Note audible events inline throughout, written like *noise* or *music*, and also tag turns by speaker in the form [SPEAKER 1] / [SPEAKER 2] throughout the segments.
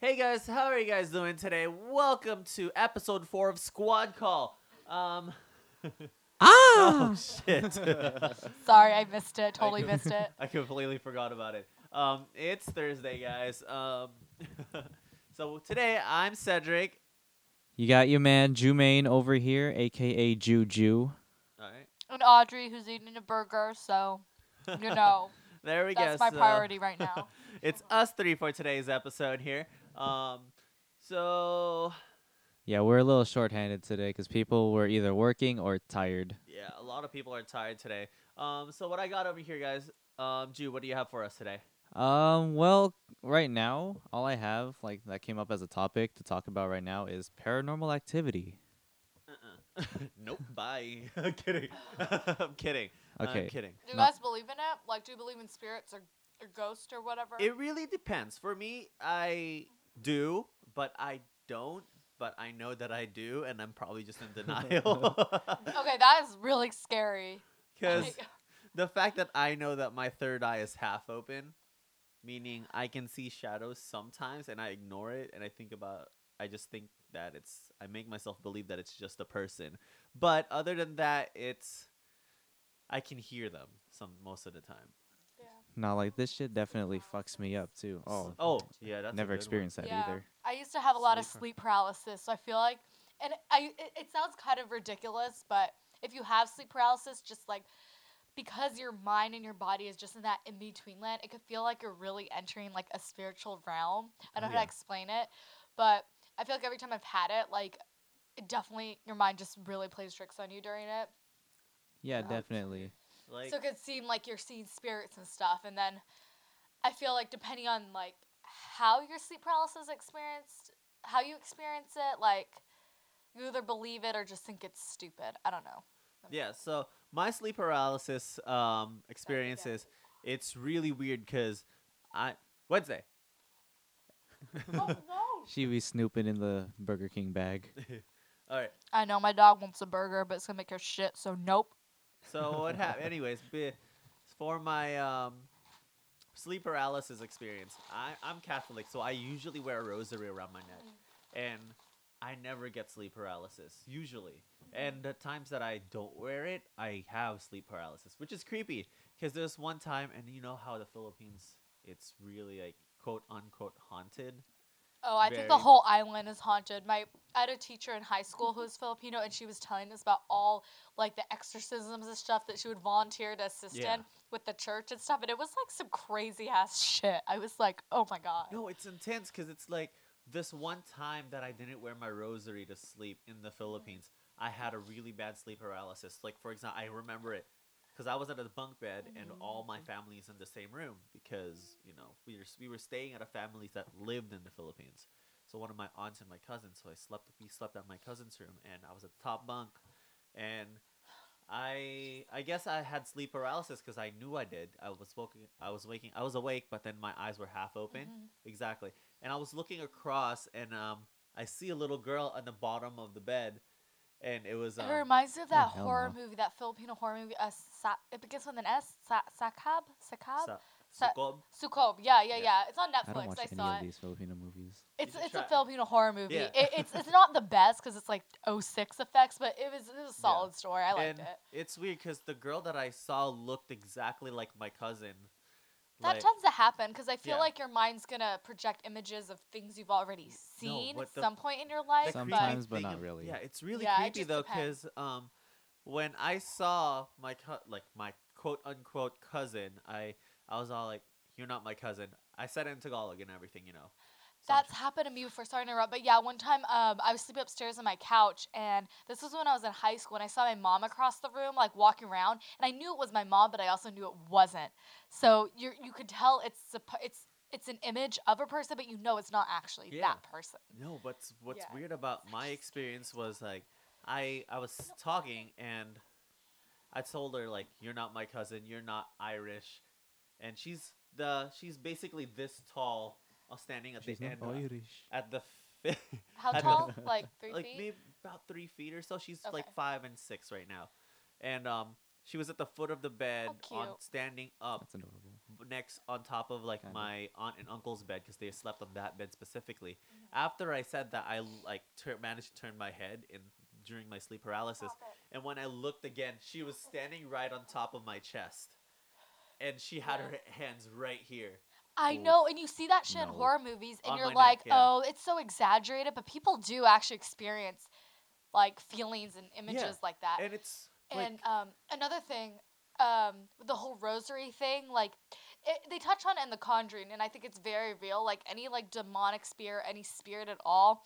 [SPEAKER 1] Hey guys, how are you guys doing today? Welcome to episode four of Squad Call. Um, *laughs*
[SPEAKER 2] Ah,
[SPEAKER 1] oh shit,
[SPEAKER 3] Sorry, I missed it. Totally missed it.
[SPEAKER 1] *laughs* I completely forgot about it. Um, it's Thursday, guys. Um, *laughs* so today I'm Cedric.
[SPEAKER 2] *laughs* you got your man Jumaine over here, aka Juju.
[SPEAKER 1] All right,
[SPEAKER 3] And Audrey, who's eating a burger, so you know
[SPEAKER 1] there we
[SPEAKER 3] that's
[SPEAKER 1] go.
[SPEAKER 3] my
[SPEAKER 1] So-
[SPEAKER 3] priority right now.
[SPEAKER 1] it's us three for today's episode here. Um, so
[SPEAKER 2] Yeah, we're a little shorthanded today because people were either working or tired.
[SPEAKER 1] yeah, a lot of people are tired today. Um, so what I got over here, guys. Um, Ju, what do you have for us today?
[SPEAKER 2] Um, well, right now, all I have like that came up as a topic to talk about right now is paranormal activity.
[SPEAKER 1] Uh-uh. *laughs* nope. Bye. *laughs* I'm kidding. I'm kidding.
[SPEAKER 2] Okay.
[SPEAKER 1] I'm kidding.
[SPEAKER 3] Do you
[SPEAKER 2] No.
[SPEAKER 3] guys believe in it? Like, do you believe in spirits or, or ghosts or whatever?
[SPEAKER 1] It really depends. For me, I do, but I don't. But I know that I do, and I'm probably just
[SPEAKER 2] *laughs*
[SPEAKER 1] in denial. *laughs*
[SPEAKER 3] okay, that is really scary.
[SPEAKER 1] Because
[SPEAKER 3] *laughs* Like,
[SPEAKER 1] the fact that I know that my third eye is half open, meaning I can see shadows sometimes and I ignore it and I think about I just think that it's I make myself believe that it's just a person. But other than that, it's I can hear them some most of the time.
[SPEAKER 3] yeah.
[SPEAKER 2] Now, like this shit definitely fucks me up too.
[SPEAKER 1] S-
[SPEAKER 2] Oh,
[SPEAKER 1] oh, yeah, that's a
[SPEAKER 2] never
[SPEAKER 1] good one.
[SPEAKER 2] experienced that
[SPEAKER 3] Yeah.
[SPEAKER 2] either.
[SPEAKER 3] I used to have a lot of
[SPEAKER 2] Sleep.
[SPEAKER 3] sleep paralysis, so I feel like, and I it, it sounds kind of ridiculous, but if you have sleep paralysis, just like because your mind and your body is just in that in between land, it could feel like you're really entering like a spiritual realm. I don't know
[SPEAKER 1] yeah.
[SPEAKER 3] how to explain it, but I feel like every time I've had it, like it definitely your mind just really plays tricks on you during it.
[SPEAKER 2] Yeah,
[SPEAKER 3] Ouch.
[SPEAKER 2] definitely.
[SPEAKER 1] Like
[SPEAKER 3] so it could seem like you're seeing spirits and stuff and then i feel like depending on like how your sleep paralysis experienced how you experience it like you either believe it or just think it's stupid i don't know
[SPEAKER 1] yeah, so my sleep paralysis um experience
[SPEAKER 3] yeah.
[SPEAKER 1] is it's really weird cuz I Wednesday.
[SPEAKER 3] no
[SPEAKER 2] She be snooping in the Burger King
[SPEAKER 1] *laughs*
[SPEAKER 2] bag.
[SPEAKER 1] All right.
[SPEAKER 3] *laughs* i know my dog wants a burger but it's gonna make her shit so nope
[SPEAKER 1] So what happened? Anyways, be, for my um, sleep paralysis experience, I, I'm Catholic, so I usually wear a rosary around my neck, and I never get sleep paralysis usually. And the times that I don't wear it, I have sleep paralysis, which is creepy because there's one time, and you know how the Philippines, it's really like quote unquote haunted.
[SPEAKER 3] Oh, I think the
[SPEAKER 1] Very.
[SPEAKER 3] whole island is haunted. My I had a teacher in high school who was Filipino, and she was telling us about all like the exorcisms and stuff that she would volunteer to assist
[SPEAKER 1] Yeah.
[SPEAKER 3] in with the church and stuff. And it was like some crazy ass shit. I was like, oh my god.
[SPEAKER 1] No, it's intense because it's like this one time that I didn't wear my rosary to sleep in the Philippines, I had a really bad sleep paralysis. Like, for example, I remember it because I was at a bunk bed and all my family is in the same room because, you know, we were, we were staying at a family that lived in the Philippines. So one of my aunts and my cousins, so I slept, we slept at my cousin's room and I was at the top bunk and I I guess I had sleep paralysis because I knew I did. I was woken, I was waking, I was awake, but then my eyes were half open.
[SPEAKER 3] Mhm.
[SPEAKER 1] Exactly. And I was looking across, and um, I see a little girl on the bottom of the bed, and it was
[SPEAKER 3] It
[SPEAKER 1] um,
[SPEAKER 3] reminds me of that
[SPEAKER 2] Oh, hell
[SPEAKER 3] horror
[SPEAKER 2] no.
[SPEAKER 3] movie, that Filipino horror movie. Uh, Sa- it begins with an S. Sa- Sakab, Sakab,
[SPEAKER 1] Sa-
[SPEAKER 3] Sa-
[SPEAKER 1] Sukob.
[SPEAKER 3] Sukob. Yeah, yeah,
[SPEAKER 1] Yeah.
[SPEAKER 3] yeah. It's on
[SPEAKER 2] I don't
[SPEAKER 3] Netflix.
[SPEAKER 2] watch
[SPEAKER 3] I,
[SPEAKER 2] any
[SPEAKER 3] saw
[SPEAKER 2] of
[SPEAKER 3] it.
[SPEAKER 2] these Filipino movies.
[SPEAKER 3] It's
[SPEAKER 1] should
[SPEAKER 3] it's a
[SPEAKER 1] try it.
[SPEAKER 3] Filipino horror movie.
[SPEAKER 1] Yeah.
[SPEAKER 3] It, it's it's not the best because it's like 06 effects, but it was it was a solid story. I liked
[SPEAKER 1] and
[SPEAKER 3] it.
[SPEAKER 1] It's weird because the girl that I saw looked exactly like my cousin.
[SPEAKER 3] That
[SPEAKER 1] like,
[SPEAKER 3] tends to happen because I feel
[SPEAKER 1] Yeah.
[SPEAKER 3] like your mind's gonna project images of things you've already seen
[SPEAKER 1] what
[SPEAKER 3] at
[SPEAKER 1] the-
[SPEAKER 3] some point in your
[SPEAKER 1] the
[SPEAKER 3] life.
[SPEAKER 1] creepy
[SPEAKER 3] But
[SPEAKER 2] Sometimes. but
[SPEAKER 1] thing
[SPEAKER 2] not
[SPEAKER 1] of-
[SPEAKER 2] really.
[SPEAKER 1] Yeah, it's really
[SPEAKER 3] Yeah, it
[SPEAKER 1] creepy
[SPEAKER 3] just
[SPEAKER 1] though,
[SPEAKER 3] depends.
[SPEAKER 1] because um, when I saw my co- like my quote unquote cousin, I I was all like, "You're not my cousin." I said it in Tagalog and everything, you know. So I'm
[SPEAKER 3] that's happened to me before. Sorry to interrupt, but yeah, one time um, I was sleeping upstairs on my couch, and this was when I was in high school, and I saw my mom across the room, like walking around, and I knew it was my mom, but I also knew it wasn't. So you you could tell it's suppo- it's it's an image of a person, but you know it's not actually
[SPEAKER 1] Yeah.
[SPEAKER 3] that person.
[SPEAKER 1] No, but s- what's
[SPEAKER 3] Yeah.
[SPEAKER 1] weird about my experience was like I I was talking and I told her like you're not my cousin, you're not Irish. And she's the she's basically this tall uh, standing at the end uh,
[SPEAKER 2] Irish.
[SPEAKER 1] at the fi-
[SPEAKER 3] How
[SPEAKER 1] at the-
[SPEAKER 3] tall? like three
[SPEAKER 1] like
[SPEAKER 3] feet.
[SPEAKER 1] maybe about 3 feet or so. She's
[SPEAKER 3] Okay.
[SPEAKER 1] like 5 and 6 right now. And um she was at the foot of the bed on
[SPEAKER 3] cute.
[SPEAKER 1] standing up
[SPEAKER 2] That's adorable.
[SPEAKER 1] b- next on top of like
[SPEAKER 2] Kinda.
[SPEAKER 1] my aunt and uncle's bed because they slept on that bed specifically. After I said that, I like tur managed to turn my head in during my sleep paralysis, and when I looked again, she was standing right on top of my chest, and she had
[SPEAKER 3] Yeah.
[SPEAKER 1] her hands right here.
[SPEAKER 3] I
[SPEAKER 1] Oof.
[SPEAKER 3] know, and you see that shit in
[SPEAKER 2] No.
[SPEAKER 3] horror movies, and
[SPEAKER 1] On
[SPEAKER 3] you're
[SPEAKER 1] my neck,
[SPEAKER 3] like,
[SPEAKER 1] yeah.
[SPEAKER 3] oh, it's so exaggerated, but people do actually experience like feelings and images like that.
[SPEAKER 1] And it's like,
[SPEAKER 3] Uh, And um, another thing, um, the whole rosary thing, like it, they touch on it in The Conjuring, and I think it's very real. Like any like demonic spirit, any spirit at all,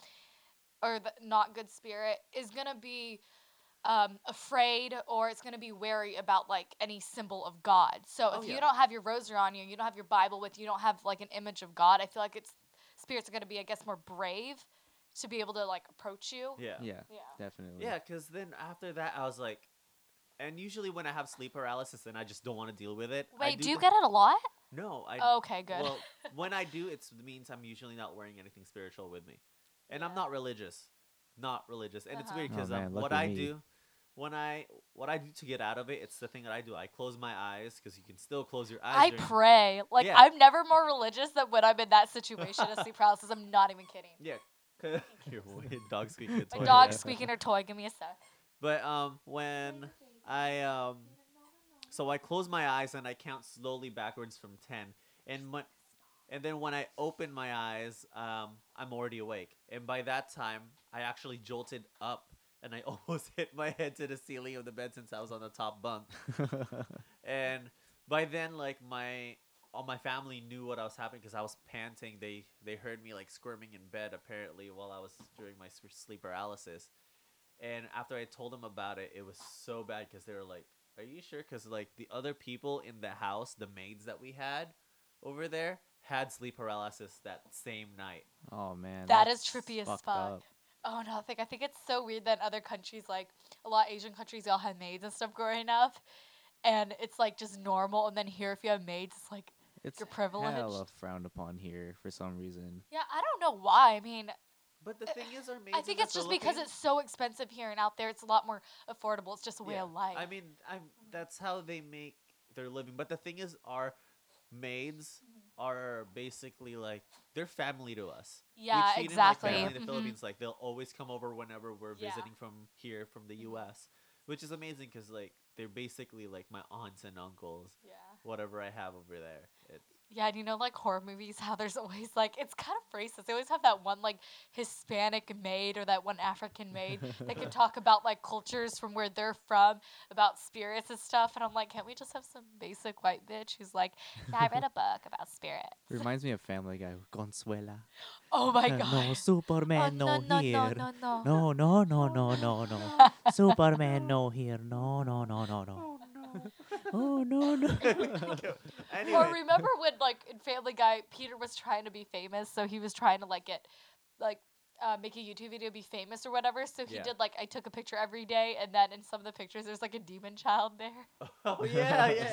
[SPEAKER 3] or the not good spirit is gonna be um, afraid or it's gonna be wary about like any symbol of God. So
[SPEAKER 1] Oh,
[SPEAKER 3] if
[SPEAKER 1] yeah.
[SPEAKER 3] you don't have your rosary on you, you don't have your Bible with you, you don't have like an image of God. I feel like it's spirits are gonna be, I guess, more brave to be able to like approach you.
[SPEAKER 1] yeah,
[SPEAKER 2] Yeah,
[SPEAKER 3] Yeah.
[SPEAKER 2] definitely.
[SPEAKER 1] Yeah, because then after that, I was like, and usually when I have sleep paralysis, then I just don't want to deal with it. I
[SPEAKER 3] Wait, do, you
[SPEAKER 1] be-
[SPEAKER 3] get it a lot?
[SPEAKER 1] No, I.
[SPEAKER 3] okay, good. *laughs*
[SPEAKER 1] Well, when I do, it's it means I'm usually not wearing anything spiritual with me, and I'm
[SPEAKER 3] Yeah.
[SPEAKER 1] not religious, not religious, and it's
[SPEAKER 3] Uh-huh.
[SPEAKER 1] weird
[SPEAKER 2] Oh,
[SPEAKER 1] because um,
[SPEAKER 2] man,
[SPEAKER 1] what
[SPEAKER 2] lucky
[SPEAKER 1] I
[SPEAKER 2] me.
[SPEAKER 1] do. When I what I do to get out of it, it's the thing that I do. I close my eyes because you can still close your eyes.
[SPEAKER 3] I
[SPEAKER 1] during-
[SPEAKER 3] pray. Like
[SPEAKER 1] Yeah.
[SPEAKER 3] I'm never more religious than when I'm in that situation of sleep paralysis. I'm not even
[SPEAKER 1] *laughs*
[SPEAKER 3] kidding.
[SPEAKER 1] yeah, 'cause- *laughs* your weird dog
[SPEAKER 3] *laughs*
[SPEAKER 1] squeaking.
[SPEAKER 2] My
[SPEAKER 1] a
[SPEAKER 3] My
[SPEAKER 1] toy.
[SPEAKER 3] dog's squeaking her toy. Give me a sec.
[SPEAKER 1] But um, when I um, so I close my eyes and I count slowly backwards from ten, and when, and then when I open my eyes, um, I'm already awake, and by that time I actually jolted up, and I *laughs* almost hit my head to the ceiling of the bed since I was on the top bunk, and by then like my all my family knew what I was happening because I was panting. They they heard me like squirming in bed apparently while I was during my s- sleep paralysis. And after I told them about it, it was so bad because they were like, "Are you sure?" Because like the other people in the house, the maids that we had over there had sleep paralysis that same night.
[SPEAKER 2] oh man,
[SPEAKER 3] That
[SPEAKER 2] that's
[SPEAKER 3] is trippy as
[SPEAKER 2] fucked
[SPEAKER 3] fuck.
[SPEAKER 2] up.
[SPEAKER 3] Oh no, I think I think it's so weird that in other countries, like a lot of Asian countries, y'all had maids and stuff growing up, and it's like just normal. And then here, if you have maids, it's like
[SPEAKER 2] It's
[SPEAKER 3] you're privileged.
[SPEAKER 2] hella frowned upon here for some reason.
[SPEAKER 3] yeah, I don't know why. I mean,
[SPEAKER 1] But the
[SPEAKER 3] Uh,
[SPEAKER 1] thing is, our maids.
[SPEAKER 3] I
[SPEAKER 1] in
[SPEAKER 3] think
[SPEAKER 1] the
[SPEAKER 3] it's just because it's
[SPEAKER 1] Philippines-
[SPEAKER 3] so expensive here and out there. It's a lot more affordable. It's just a way
[SPEAKER 1] Yeah.
[SPEAKER 3] of life.
[SPEAKER 1] I mean, I'm that's how they make their living. But the thing is, our maids
[SPEAKER 3] Mm-hmm.
[SPEAKER 1] are basically like they're family to us.
[SPEAKER 3] yeah,
[SPEAKER 1] we treat 'em
[SPEAKER 3] exactly.
[SPEAKER 1] Like family in the
[SPEAKER 3] Mhm.
[SPEAKER 1] Philippines, like they'll always come over whenever we're
[SPEAKER 3] Yeah.
[SPEAKER 1] visiting from here, from the
[SPEAKER 3] Mhm.
[SPEAKER 1] U.S., which is amazing because like they're basically like my aunts and uncles,
[SPEAKER 3] Yeah.
[SPEAKER 1] whatever I have over there. It, *laughs*
[SPEAKER 3] Yeah, and you know, like horror movies, how there's always like it's kind of racist. They always have that one like Hispanic maid or that one African maid that can talk about like cultures from where they're from, about spirits and stuff. And I'm like, can't we just have some basic white bitch who's like, yeah, I read a book about spirits.
[SPEAKER 2] Reminds me of Family Guy. Consuela.
[SPEAKER 3] Oh my
[SPEAKER 2] Uh, No
[SPEAKER 3] god. Oh,
[SPEAKER 2] Superman,
[SPEAKER 3] no, no,
[SPEAKER 2] here.
[SPEAKER 3] no, no, no.
[SPEAKER 2] No, no, no, no, no, no.
[SPEAKER 3] *laughs*
[SPEAKER 2] Superman, no here. No, no, no, no, no.
[SPEAKER 1] no.
[SPEAKER 2] Oh, no, no.
[SPEAKER 3] *laughs* Or
[SPEAKER 1] anyway,
[SPEAKER 3] remember when like in Family Guy, Peter was trying to be famous, so he was trying to like get like uh, make a YouTube video, be famous or whatever. So he
[SPEAKER 1] Yeah.
[SPEAKER 3] did like I took a picture every day, and then in some of the pictures, there's like a demon child there, *laughs*
[SPEAKER 1] oh yeah, yeah, yeah, yeah.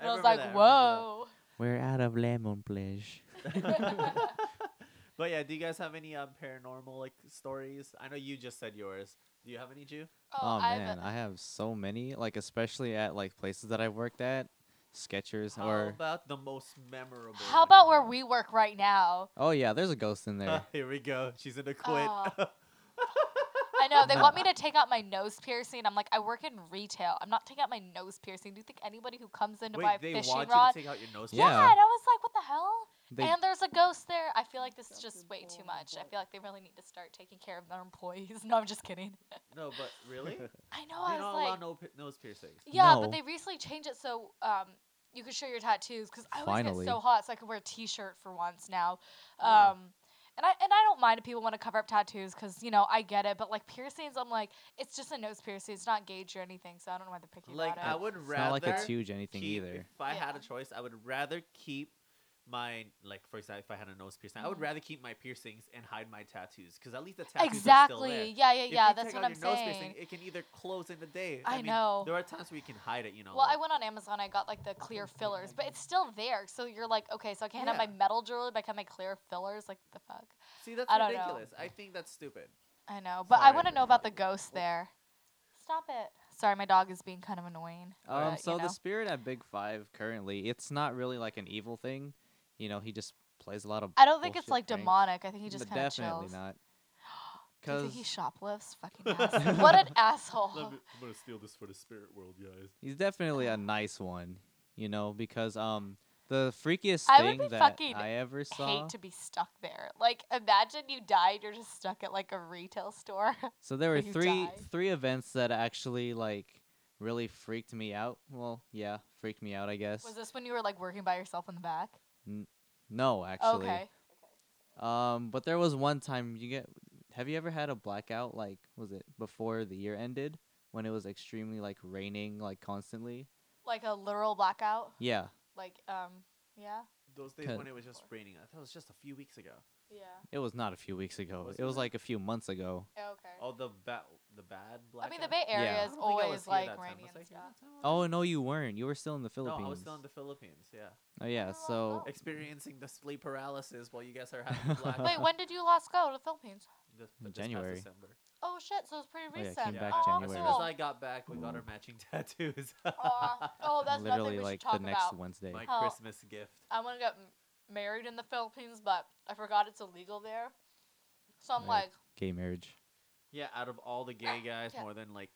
[SPEAKER 3] and I, was
[SPEAKER 1] remember
[SPEAKER 3] like,
[SPEAKER 1] that, I remember
[SPEAKER 3] whoa.
[SPEAKER 2] We're out of lemon pledge.
[SPEAKER 1] that. *laughs* but yeah, do you guys have any um, paranormal like stories? I know you just said yours. Do you have any, Jew?
[SPEAKER 2] Oh,
[SPEAKER 3] I have a-
[SPEAKER 2] man, I have so many. Like especially at like places that I've worked at, Skechers
[SPEAKER 1] How
[SPEAKER 3] Oh,
[SPEAKER 2] or
[SPEAKER 1] about the most memorable? one
[SPEAKER 3] how
[SPEAKER 1] you
[SPEAKER 3] about where
[SPEAKER 1] have?
[SPEAKER 3] we work right now?
[SPEAKER 2] oh yeah, there's a ghost
[SPEAKER 1] *laughs*
[SPEAKER 2] in
[SPEAKER 1] Ah,
[SPEAKER 3] *laughs*
[SPEAKER 2] there.
[SPEAKER 1] here we go. She's gonna quit. *laughs*
[SPEAKER 3] Oh. I know they want me to take out my nose piercing. I'm like, I work in retail. I'm not taking out my nose piercing. Do you think anybody who comes in to buy
[SPEAKER 1] Wait,
[SPEAKER 3] a
[SPEAKER 1] they
[SPEAKER 3] fishing
[SPEAKER 1] want
[SPEAKER 3] rod?
[SPEAKER 1] you to take out your nose.
[SPEAKER 2] Yeah.
[SPEAKER 3] yeah, and I was like, what the hell?
[SPEAKER 2] They
[SPEAKER 3] and there's a ghost there. I feel like this is just way too much. I feel like they really need to start taking care of their employees. *laughs* No, I'm just kidding.
[SPEAKER 1] No, but
[SPEAKER 2] *laughs*
[SPEAKER 1] really, they're
[SPEAKER 3] I know.
[SPEAKER 1] not
[SPEAKER 3] I was
[SPEAKER 1] allow
[SPEAKER 3] like,
[SPEAKER 1] no pi- nose piercings.
[SPEAKER 3] yeah,
[SPEAKER 2] No.
[SPEAKER 3] but they recently changed it so um you could show your tattoos because I always
[SPEAKER 2] Finally.
[SPEAKER 3] get so hot, so I could wear a t-shirt for once now.
[SPEAKER 1] Mm.
[SPEAKER 3] Um. And I, and I don't mind if people want to cover up tattoos because, you know, I get it. But, like, piercings, I'm like, it's just a nose piercing. It's not gauge or anything. So I don't know why they're picky
[SPEAKER 1] Like
[SPEAKER 3] about
[SPEAKER 1] I
[SPEAKER 3] it.
[SPEAKER 1] would
[SPEAKER 2] it's
[SPEAKER 1] rather
[SPEAKER 2] not like it's huge anything
[SPEAKER 1] keep-
[SPEAKER 2] either.
[SPEAKER 1] If I had a
[SPEAKER 3] Yeah.
[SPEAKER 1] choice, I would rather keep my like for example, if I had a nose piercing, I would
[SPEAKER 3] Mhm.
[SPEAKER 1] rather keep my piercings and hide my tattoos because at least the tattoos are still there.
[SPEAKER 3] exactly. Yeah, yeah,
[SPEAKER 1] If
[SPEAKER 3] yeah.
[SPEAKER 1] you
[SPEAKER 3] That's
[SPEAKER 1] take
[SPEAKER 3] what
[SPEAKER 1] out
[SPEAKER 3] I'm
[SPEAKER 1] your nose
[SPEAKER 3] saying.
[SPEAKER 1] piercing, it can either close in the day.
[SPEAKER 3] I
[SPEAKER 1] mean,
[SPEAKER 3] know.
[SPEAKER 1] There are times where you can hide it, you know.
[SPEAKER 3] Well, I
[SPEAKER 1] like-
[SPEAKER 3] went on Amazon. I got like the clear fillers, but it's still there. So you're like, okay, so I can't have
[SPEAKER 1] Yeah.
[SPEAKER 3] my metal jewelry, but I can have my clear fillers. Like the fuck,
[SPEAKER 1] see that's
[SPEAKER 3] I don't know.
[SPEAKER 1] ridiculous. I think that's stupid.
[SPEAKER 3] I know. But I
[SPEAKER 1] Sorry,
[SPEAKER 3] want to
[SPEAKER 1] but
[SPEAKER 3] know about the
[SPEAKER 1] like,
[SPEAKER 3] ghost
[SPEAKER 1] well-
[SPEAKER 3] there. Stop it. Sorry, my dog is being kind of annoying. but, uh,
[SPEAKER 2] Um,
[SPEAKER 3] you
[SPEAKER 2] so
[SPEAKER 3] know.
[SPEAKER 2] the spirit at Big Five currently, it's not really like an evil thing. You know, he just plays a lot of.
[SPEAKER 3] I don't think it's
[SPEAKER 2] bullshit
[SPEAKER 3] like
[SPEAKER 2] pranks,
[SPEAKER 3] demonic. I think he
[SPEAKER 2] but
[SPEAKER 3] just kind of
[SPEAKER 2] definitely
[SPEAKER 3] chills.
[SPEAKER 2] not.
[SPEAKER 3] *gasps* Do you think
[SPEAKER 2] Because
[SPEAKER 3] he
[SPEAKER 2] *laughs*
[SPEAKER 3] shoplifts? Fucking asshole. what an asshole.
[SPEAKER 1] I'm gonna steal this for the spirit world, guys.
[SPEAKER 2] he's definitely a nice one. You know, because um, the freakiest
[SPEAKER 3] I would
[SPEAKER 2] thing
[SPEAKER 3] be
[SPEAKER 2] that
[SPEAKER 3] fucking
[SPEAKER 2] I ever saw.
[SPEAKER 3] Hate to be stuck there. Like imagine you died, you're just stuck at like a retail store.
[SPEAKER 2] So there were
[SPEAKER 3] you
[SPEAKER 2] three
[SPEAKER 3] die.
[SPEAKER 2] three events that actually like really freaked me out. Well, yeah, freaked me out, I guess.
[SPEAKER 3] Was this when you were like working by yourself in the back?
[SPEAKER 2] no, actually.
[SPEAKER 3] Okay.
[SPEAKER 2] Um, but there was one time you get. Have you ever had a blackout? Like, was it before the year ended when it was extremely like raining like constantly?
[SPEAKER 3] Like a literal blackout.
[SPEAKER 2] Yeah,
[SPEAKER 3] Like um yeah.
[SPEAKER 1] Those days
[SPEAKER 2] Cut.
[SPEAKER 1] when it was just raining, I thought it was just a few weeks ago.
[SPEAKER 3] Yeah.
[SPEAKER 2] it was not a few weeks ago.
[SPEAKER 1] Wasn't
[SPEAKER 2] it was
[SPEAKER 1] it?
[SPEAKER 2] like a few months ago.
[SPEAKER 3] okay.
[SPEAKER 1] Oh, the bad, the bad black.
[SPEAKER 3] I mean the Bay Area
[SPEAKER 2] Yeah.
[SPEAKER 3] is always like rainy and stuff.
[SPEAKER 2] Oh no, you weren't. You were still in the Philippines.
[SPEAKER 1] No, I was still in the Philippines.
[SPEAKER 3] *laughs*
[SPEAKER 1] Yeah,
[SPEAKER 2] oh yeah.
[SPEAKER 3] Oh,
[SPEAKER 2] So
[SPEAKER 3] no.
[SPEAKER 1] experiencing the sleep paralysis while you guys are
[SPEAKER 2] *laughs*
[SPEAKER 1] having black.
[SPEAKER 3] *laughs* Wait, when did you last go to the Philippines?
[SPEAKER 1] This,
[SPEAKER 2] In
[SPEAKER 1] this past
[SPEAKER 2] January.
[SPEAKER 1] December.
[SPEAKER 3] Oh shit, so it's pretty
[SPEAKER 2] yeah,
[SPEAKER 3] recent.
[SPEAKER 2] came back
[SPEAKER 3] oh,
[SPEAKER 1] As
[SPEAKER 2] January.
[SPEAKER 1] soon
[SPEAKER 3] Cool.
[SPEAKER 1] as I got back, we got our matching *laughs* tattoos.
[SPEAKER 2] *laughs*
[SPEAKER 3] Aw. oh, that's
[SPEAKER 2] literally
[SPEAKER 3] nothing we
[SPEAKER 2] like
[SPEAKER 3] should talk
[SPEAKER 2] the next
[SPEAKER 3] about.
[SPEAKER 2] Wednesday.
[SPEAKER 1] my
[SPEAKER 3] Oh.
[SPEAKER 1] Christmas gift.
[SPEAKER 3] I want to get m- married in the Philippines, but I forgot it's illegal there. So I'm
[SPEAKER 2] Right.
[SPEAKER 3] like,
[SPEAKER 2] Gay marriage.
[SPEAKER 1] Yeah, out of all the gay guys,
[SPEAKER 3] Yeah.
[SPEAKER 1] more than like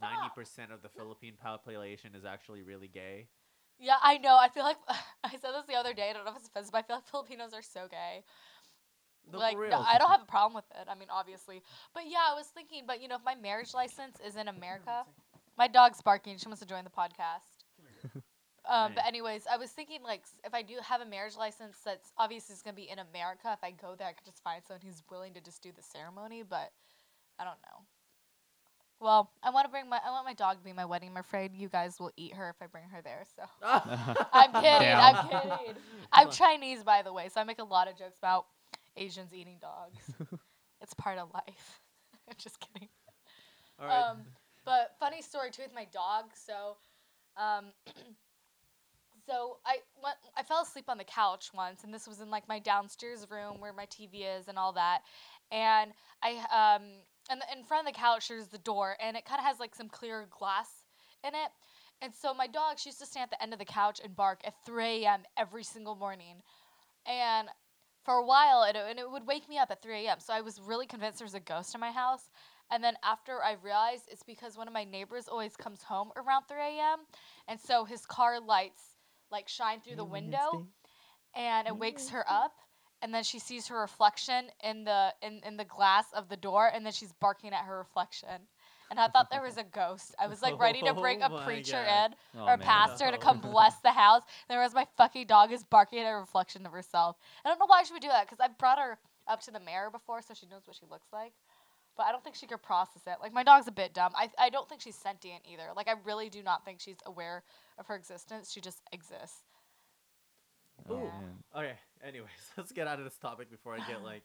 [SPEAKER 1] ninety
[SPEAKER 3] Stop.
[SPEAKER 1] percent of the Philippine population is actually really gay.
[SPEAKER 3] yeah, I know. I feel like *laughs* I said this the other day. I don't know if it's offensive, but I feel like Filipinos are so gay.
[SPEAKER 1] No, for
[SPEAKER 3] like,
[SPEAKER 1] real.
[SPEAKER 3] no,
[SPEAKER 1] *laughs*
[SPEAKER 3] I don't have a problem with it. I mean, obviously, but yeah, I was thinking, but you know, if my marriage license is in America, my dog's barking. She wants to join the podcast. Um, but
[SPEAKER 1] Right.
[SPEAKER 3] anyways, I was thinking like s- if I do have a marriage license that's obviously it's gonna be in America. If I go there, I could just find someone who's willing to just do the ceremony. But I don't know. Well, I want to bring my I want my dog to be my wedding. I'm afraid you guys will eat her if I bring her there. So I'm kidding. I'm kidding. I'm Chinese, by the way, so I make a lot of jokes about Asians eating
[SPEAKER 1] *laughs*
[SPEAKER 3] dogs. it's part of life. *laughs* I'm just kidding.
[SPEAKER 1] All right.
[SPEAKER 3] Um, But funny story too with my dog. So, um, *clears throat* so I went, I fell asleep on the couch once, and this was in like my downstairs room where my TV is and all that. And I um, and the, in front of the couch there's the door, and it kind of has like some clear glass in it. And so my dog, she used to stand at the end of the couch and bark at 3 a.m. every single morning. And for a while, it, and it would wake me up at 3 a.m. So I was really convinced there was a ghost in my house. And then after I realized it's because one of my neighbors always comes home around 3 a.m. And so his car lights like shine through the window and it wakes her
[SPEAKER 1] Mm-hmm.
[SPEAKER 3] up. And then she sees her reflection in the in, in the glass of the door and then she's barking at her reflection. And I thought there
[SPEAKER 1] *laughs*
[SPEAKER 3] was a ghost. I was like ready to bring
[SPEAKER 1] Oh
[SPEAKER 3] a
[SPEAKER 1] my
[SPEAKER 3] preacher
[SPEAKER 1] God.
[SPEAKER 3] in
[SPEAKER 2] Oh,
[SPEAKER 3] or a
[SPEAKER 2] man.
[SPEAKER 3] pastor to
[SPEAKER 1] No.
[SPEAKER 3] come bless the house. There was my fucking dog is barking at a reflection of herself. I don't know why she would do that because I brought her up to the mirror before, so she knows what she looks like. But I don't think she could process it. Like my dog's a bit dumb. I I don't think she's sentient either. Like I really do not think she's aware of her existence. She just exists.
[SPEAKER 2] Oh,
[SPEAKER 3] Yeah.
[SPEAKER 2] man.
[SPEAKER 1] okay. Anyways, *laughs* let's get out of this topic before I
[SPEAKER 3] *sighs*
[SPEAKER 1] get like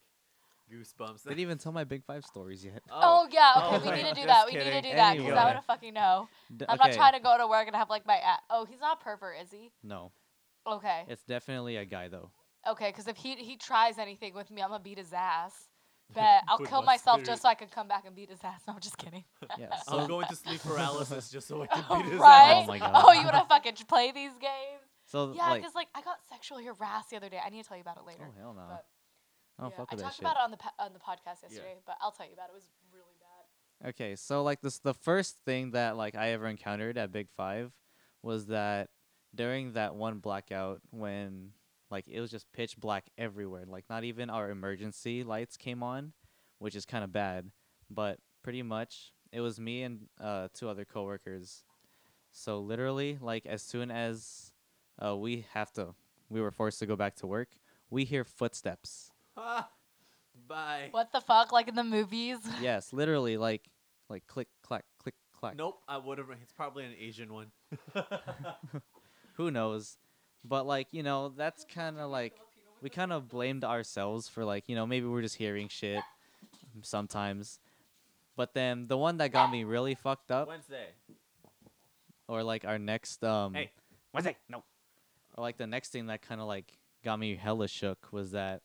[SPEAKER 1] goosebumps.
[SPEAKER 2] Didn't even tell my Big Five stories yet.
[SPEAKER 3] Oh, yeah.
[SPEAKER 1] *laughs*
[SPEAKER 3] Okay,
[SPEAKER 1] Oh,
[SPEAKER 3] we need to
[SPEAKER 1] right.
[SPEAKER 3] do
[SPEAKER 1] Just
[SPEAKER 3] that. We need to
[SPEAKER 1] kidding.
[SPEAKER 3] do that because I
[SPEAKER 2] Anyway.
[SPEAKER 3] want to fucking know.
[SPEAKER 2] D-
[SPEAKER 3] I'm not
[SPEAKER 2] okay,
[SPEAKER 3] trying to go to work and have like my. a oh, he's not a pervert, is he?
[SPEAKER 2] No,
[SPEAKER 3] Okay.
[SPEAKER 2] it's definitely a guy
[SPEAKER 3] *laughs*
[SPEAKER 2] though.
[SPEAKER 3] Okay, because if he he tries anything with me, I'm gonna beat his ass.
[SPEAKER 2] *laughs*
[SPEAKER 3] Bet I'll
[SPEAKER 1] Good
[SPEAKER 3] kill
[SPEAKER 1] luck,
[SPEAKER 3] myself
[SPEAKER 1] spirit.
[SPEAKER 3] just so I can come back and beat his ass. No, I'm
[SPEAKER 2] *laughs*
[SPEAKER 3] just kidding.
[SPEAKER 2] Yeah. So
[SPEAKER 1] I'm going to sleep paralysis just so I can
[SPEAKER 3] *laughs*
[SPEAKER 1] beat his
[SPEAKER 3] Oh, right?
[SPEAKER 1] ass.
[SPEAKER 2] Oh my God.
[SPEAKER 3] oh, you wanna fucking play these games?
[SPEAKER 2] So
[SPEAKER 3] Yeah,
[SPEAKER 2] like,
[SPEAKER 3] because like I got sexually harassed the other day. I need to tell you about it
[SPEAKER 2] oh
[SPEAKER 3] later.
[SPEAKER 2] hell no,
[SPEAKER 3] but,
[SPEAKER 2] I don't
[SPEAKER 3] yeah,
[SPEAKER 2] Oh, fuck with
[SPEAKER 3] I
[SPEAKER 2] that
[SPEAKER 3] talked
[SPEAKER 2] shit.
[SPEAKER 3] about it on the pa- on the podcast yesterday, but I'll tell you about it. It was really bad.
[SPEAKER 2] Okay, so like this, the first thing that like I ever encountered at Big Five was that during that one blackout when like it was just pitch black everywhere, like not even our emergency lights came on, which is kind of bad. But pretty much it was me and uh, two other coworkers. So literally, like as soon as uh, we have to, we were forced to go back to work. We hear footsteps.
[SPEAKER 1] Ah, *laughs* Bye.
[SPEAKER 3] What the fuck? Like in the movies? *laughs*
[SPEAKER 2] yes, literally, like like click clack click clack.
[SPEAKER 1] Nope, I would have. It's probably an Asian one.
[SPEAKER 2] who knows but like you know that's kind of like we kind of blamed ourselves for like you know maybe we're just hearing shit sometimes but then the one that got me really fucked up
[SPEAKER 1] Wednesday.
[SPEAKER 2] or like our next um
[SPEAKER 1] Hey.
[SPEAKER 2] Wednesday no or like the next thing that kind of like got me hella shook was that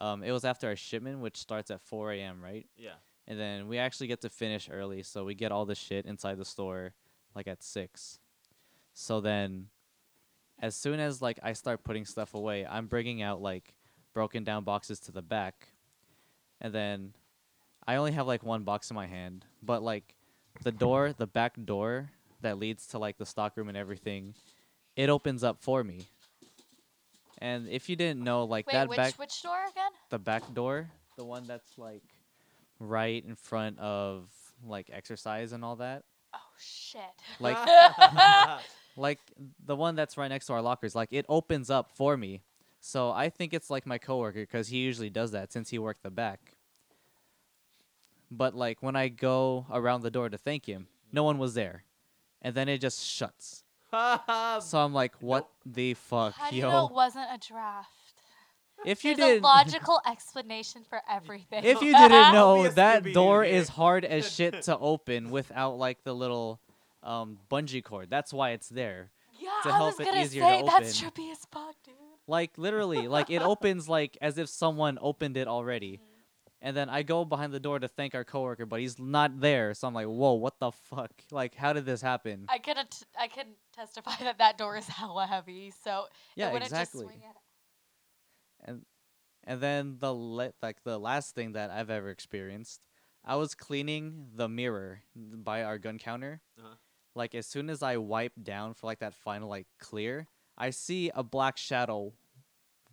[SPEAKER 2] um it was after our shipment which starts at 4 a.m right
[SPEAKER 1] Yeah.
[SPEAKER 2] and then we actually get to finish early, so we get all the shit inside the store like at six. So then, as soon as like I start putting stuff away, I'm bringing out like broken down boxes to the back, and then I only have like one box in my hand, but like the door, the back door that leads to like the stockroom and everything, it opens up for me. And if you didn't know, like
[SPEAKER 3] Wait,
[SPEAKER 2] that
[SPEAKER 3] which
[SPEAKER 2] back
[SPEAKER 3] which door again?
[SPEAKER 2] the back door, the one that's like right in front of like exercise and all
[SPEAKER 3] *laughs*
[SPEAKER 2] that.
[SPEAKER 3] Oh shit.
[SPEAKER 2] Like
[SPEAKER 3] *laughs*
[SPEAKER 1] *laughs*
[SPEAKER 2] *laughs* like the one that's right next to our lockers, like it opens up for me. So I think it's like my coworker because he usually does that since he worked the back. But like when I go around the door to thank him, no one was there, and then it just shuts. So I'm like, what the fuck,
[SPEAKER 3] How do you know
[SPEAKER 2] yo?
[SPEAKER 3] it wasn't a draft?
[SPEAKER 2] If you
[SPEAKER 3] There's
[SPEAKER 2] didn't, *laughs*
[SPEAKER 3] a logical explanation for everything. *laughs*
[SPEAKER 2] if you didn't know,
[SPEAKER 1] Obvious
[SPEAKER 2] that
[SPEAKER 1] Scooby-Doo
[SPEAKER 2] door
[SPEAKER 1] here.
[SPEAKER 2] is hard as shit to open without like the little um, bungee cord. That's why it's there.
[SPEAKER 3] yeah,
[SPEAKER 2] to
[SPEAKER 3] I
[SPEAKER 2] help
[SPEAKER 3] was
[SPEAKER 2] it
[SPEAKER 3] gonna
[SPEAKER 2] easier to
[SPEAKER 3] say that's
[SPEAKER 2] open.
[SPEAKER 3] trippy as fuck, dude.
[SPEAKER 2] Like literally, like it opens like as if someone opened it already. And then I go behind the door to thank our coworker, but he's not there. So I'm like, "Whoa, what the fuck? Like, how did this happen?"
[SPEAKER 3] I could att- I could testify that that door is *laughs* hella heavy, so it
[SPEAKER 2] yeah,
[SPEAKER 3] wouldn't
[SPEAKER 2] exactly.
[SPEAKER 3] just swing at
[SPEAKER 2] And then the le- like the last thing that I've ever experienced, I was cleaning the mirror n- by our gun counter.
[SPEAKER 1] Uh-huh.
[SPEAKER 2] Like as soon as I wipe down for like that final like clear, I see a black shadow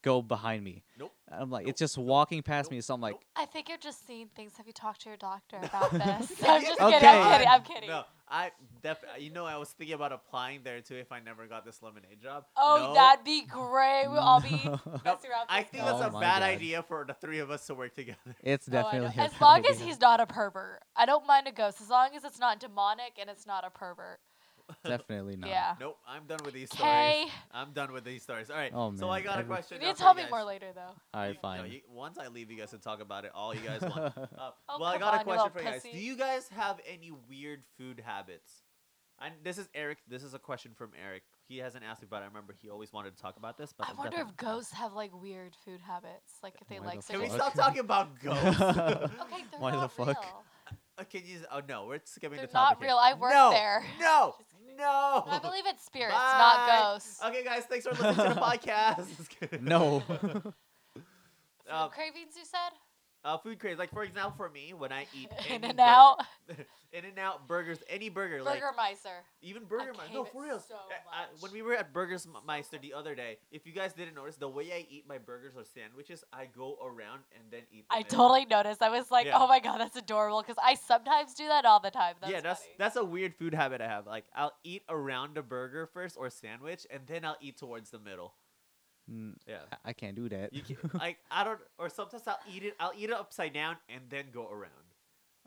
[SPEAKER 2] go behind me.
[SPEAKER 1] Nope.
[SPEAKER 2] I'm like,
[SPEAKER 1] Nope.
[SPEAKER 2] it's just walking past
[SPEAKER 1] Nope.
[SPEAKER 2] me. So I'm like,
[SPEAKER 1] Nope.
[SPEAKER 3] I think you're just seeing things. Have you talked to your doctor
[SPEAKER 2] *laughs*
[SPEAKER 3] about this? *laughs* I'm just kidding.
[SPEAKER 2] Okay.
[SPEAKER 3] I'm kidding. I'm kidding.
[SPEAKER 1] No, I def- you know I was thinking about applying there too if I never got this lemonade job.
[SPEAKER 3] Oh,
[SPEAKER 1] No,
[SPEAKER 3] that'd be great.
[SPEAKER 2] "Mm,
[SPEAKER 3] We'll
[SPEAKER 2] *laughs*
[SPEAKER 3] all be
[SPEAKER 2] No.
[SPEAKER 3] *laughs* messing around.
[SPEAKER 1] I
[SPEAKER 3] with
[SPEAKER 1] think
[SPEAKER 3] stuff.
[SPEAKER 2] Oh
[SPEAKER 3] *laughs*
[SPEAKER 1] that's a
[SPEAKER 2] my
[SPEAKER 1] bad
[SPEAKER 2] God.
[SPEAKER 1] idea for the three of us to work together.
[SPEAKER 2] it's
[SPEAKER 3] Oh, I know.
[SPEAKER 2] definitely. a
[SPEAKER 3] As long
[SPEAKER 2] bad
[SPEAKER 3] as
[SPEAKER 2] idea."
[SPEAKER 3] he's not a pervert, I don't mind a ghost. As long as it's not demonic and it's not a pervert.
[SPEAKER 2] *laughs* definitely not.
[SPEAKER 3] Yeah.
[SPEAKER 1] Nope, I'm done with these
[SPEAKER 3] Okay.
[SPEAKER 1] stories. I'm done with these stories. All right.
[SPEAKER 2] Oh,
[SPEAKER 1] so I
[SPEAKER 2] man,
[SPEAKER 1] got a
[SPEAKER 2] every-
[SPEAKER 1] question.
[SPEAKER 3] You
[SPEAKER 1] now
[SPEAKER 3] need to
[SPEAKER 1] for
[SPEAKER 3] tell me
[SPEAKER 1] guys.
[SPEAKER 3] more later, though.
[SPEAKER 2] All right,
[SPEAKER 1] You-
[SPEAKER 2] fine.
[SPEAKER 1] No, you, once I leave you guys to talk about it, all you
[SPEAKER 2] *laughs*
[SPEAKER 1] guys want. Uh,
[SPEAKER 3] Oh,
[SPEAKER 1] well, I
[SPEAKER 3] come
[SPEAKER 1] got
[SPEAKER 3] on,
[SPEAKER 1] a
[SPEAKER 3] you
[SPEAKER 1] question for
[SPEAKER 3] little
[SPEAKER 1] you guys. Do
[SPEAKER 3] pussy.
[SPEAKER 1] you guys have any weird food habits? And this is Eric. This is a question from Eric. He hasn't asked me, but I remember he always wanted to talk about this. But
[SPEAKER 3] I
[SPEAKER 1] I'm
[SPEAKER 3] wonder if
[SPEAKER 1] definitely not.
[SPEAKER 3] ghosts have like weird food habits, like if they
[SPEAKER 2] Why
[SPEAKER 3] like.
[SPEAKER 2] the
[SPEAKER 1] Can we
[SPEAKER 2] fuck?
[SPEAKER 1] stop
[SPEAKER 3] *laughs*
[SPEAKER 1] talking about ghosts? *laughs*
[SPEAKER 3] Okay, they're
[SPEAKER 2] Why the
[SPEAKER 3] not
[SPEAKER 2] fuck?
[SPEAKER 3] real.
[SPEAKER 1] Uh, Can you? Oh no, we're skipping
[SPEAKER 3] They're
[SPEAKER 1] the
[SPEAKER 3] not
[SPEAKER 1] topic. here.
[SPEAKER 3] real. I work
[SPEAKER 1] no,
[SPEAKER 3] there.
[SPEAKER 1] *laughs* No,
[SPEAKER 3] *laughs* Just kidding.
[SPEAKER 1] no.
[SPEAKER 3] I believe it's spirits,
[SPEAKER 1] Bye.
[SPEAKER 3] not ghosts.
[SPEAKER 1] Okay, guys, thanks for listening to
[SPEAKER 3] *laughs*
[SPEAKER 1] the podcast. *laughs* Just kidding.
[SPEAKER 2] no.
[SPEAKER 3] Food
[SPEAKER 1] Uh,
[SPEAKER 3] cravings, you *laughs* said?
[SPEAKER 1] uh, food craze. Like for example, for me, when I eat
[SPEAKER 3] *laughs* In
[SPEAKER 1] any
[SPEAKER 3] and
[SPEAKER 1] burger-
[SPEAKER 3] out.
[SPEAKER 1] in and out burgers, any burger, like
[SPEAKER 3] Burgermeister.
[SPEAKER 1] even Burger Meister. No,
[SPEAKER 3] crave
[SPEAKER 1] for
[SPEAKER 3] it
[SPEAKER 1] real.
[SPEAKER 3] so
[SPEAKER 1] I- I- when
[SPEAKER 3] much.
[SPEAKER 1] we were at Burgers M-
[SPEAKER 3] So
[SPEAKER 1] Meister
[SPEAKER 3] good.
[SPEAKER 1] the other day, if you guys didn't notice, the way I eat my burgers or sandwiches, I go around and then eat. Them
[SPEAKER 3] I
[SPEAKER 1] in.
[SPEAKER 3] totally noticed. I was like,
[SPEAKER 1] Yeah.
[SPEAKER 3] oh my god, that's adorable because I sometimes do that all the time. That's
[SPEAKER 1] yeah, that's
[SPEAKER 3] funny.
[SPEAKER 1] that's a weird food habit I have. Like I'll eat around a burger first or sandwich, and then I'll eat towards the middle.
[SPEAKER 2] Mm,
[SPEAKER 1] Yeah.
[SPEAKER 2] I- I can't do that.
[SPEAKER 1] *laughs* You can, like I don't, or sometimes I'll eat it. I'll eat it upside down and then go around.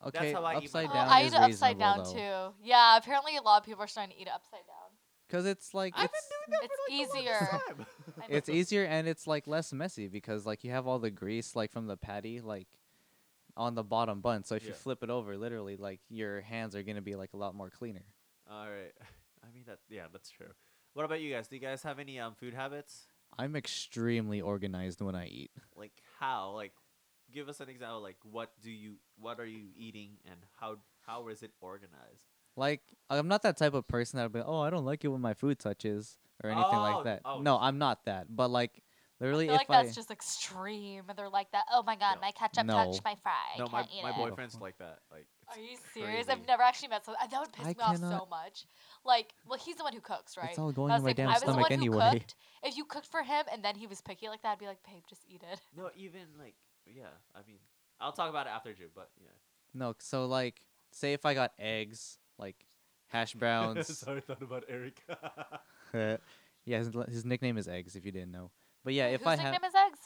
[SPEAKER 2] okay,
[SPEAKER 1] how I eat my
[SPEAKER 2] upside
[SPEAKER 1] burger.
[SPEAKER 3] Oh,
[SPEAKER 2] down
[SPEAKER 3] I
[SPEAKER 2] is
[SPEAKER 3] eat it upside down
[SPEAKER 2] reasonable, though.
[SPEAKER 3] too. Yeah, apparently a lot of people are starting to eat it upside down.
[SPEAKER 2] Cause it's like
[SPEAKER 1] I've
[SPEAKER 2] it's-
[SPEAKER 1] been doing that
[SPEAKER 3] it's
[SPEAKER 1] for like the *laughs* longest time.
[SPEAKER 3] I know. *laughs*
[SPEAKER 2] it's easier and it's like less messy because like you have all the grease like from the patty like on the bottom bun. So if you
[SPEAKER 1] Yeah.
[SPEAKER 2] flip it over, literally like your hands are gonna be like a lot more cleaner.
[SPEAKER 1] All right. I mean that. Yeah, that's true. What about you guys? Do you guys have any um food habits?
[SPEAKER 2] I'm extremely organized when I eat.
[SPEAKER 1] Like how? Like, give us an example. Like, what do you? What are you eating? And how? How is it organized?
[SPEAKER 2] Like I'm not that type of person that'll be oh I don't like it when my food touches or anything
[SPEAKER 1] Oh,
[SPEAKER 2] like that.
[SPEAKER 1] oh,
[SPEAKER 2] no,
[SPEAKER 1] just-
[SPEAKER 2] I'm not that. But like literally,
[SPEAKER 3] I feel
[SPEAKER 2] if
[SPEAKER 3] like
[SPEAKER 2] I
[SPEAKER 3] that's just extreme. They're like that. Oh my god,
[SPEAKER 1] No.
[SPEAKER 3] my ketchup
[SPEAKER 2] No.
[SPEAKER 3] touched my fry. I
[SPEAKER 1] no,
[SPEAKER 3] can't
[SPEAKER 1] my
[SPEAKER 3] eat
[SPEAKER 1] my
[SPEAKER 3] it.
[SPEAKER 2] boy-
[SPEAKER 1] boyfriend's like that. Like, it's
[SPEAKER 3] Are you serious?
[SPEAKER 1] crazy.
[SPEAKER 3] I've never actually met someone. That would piss
[SPEAKER 2] I
[SPEAKER 3] me off so
[SPEAKER 2] cannot-
[SPEAKER 3] much. Like, well, he's the one who cooks, right?
[SPEAKER 2] it's all
[SPEAKER 3] And
[SPEAKER 2] going
[SPEAKER 3] I
[SPEAKER 2] right
[SPEAKER 3] was like,
[SPEAKER 2] down
[SPEAKER 3] I was the
[SPEAKER 2] stomach
[SPEAKER 3] one who
[SPEAKER 2] anyway.
[SPEAKER 3] cooked. If you cooked for him and then he was picky like that, I'd be like, babe, just eat it.
[SPEAKER 1] No, even like yeah. I mean, I'll talk about it after June, but yeah.
[SPEAKER 2] *laughs* No, so like say if I got eggs like
[SPEAKER 3] *laughs*
[SPEAKER 2] hash browns.
[SPEAKER 1] *laughs* Sorry, I thought about Eric. *laughs*
[SPEAKER 2] yeah, his, l- his nickname is Eggs. If you didn't know, but yeah, if
[SPEAKER 3] Whose
[SPEAKER 2] I have
[SPEAKER 3] nickname is eggs?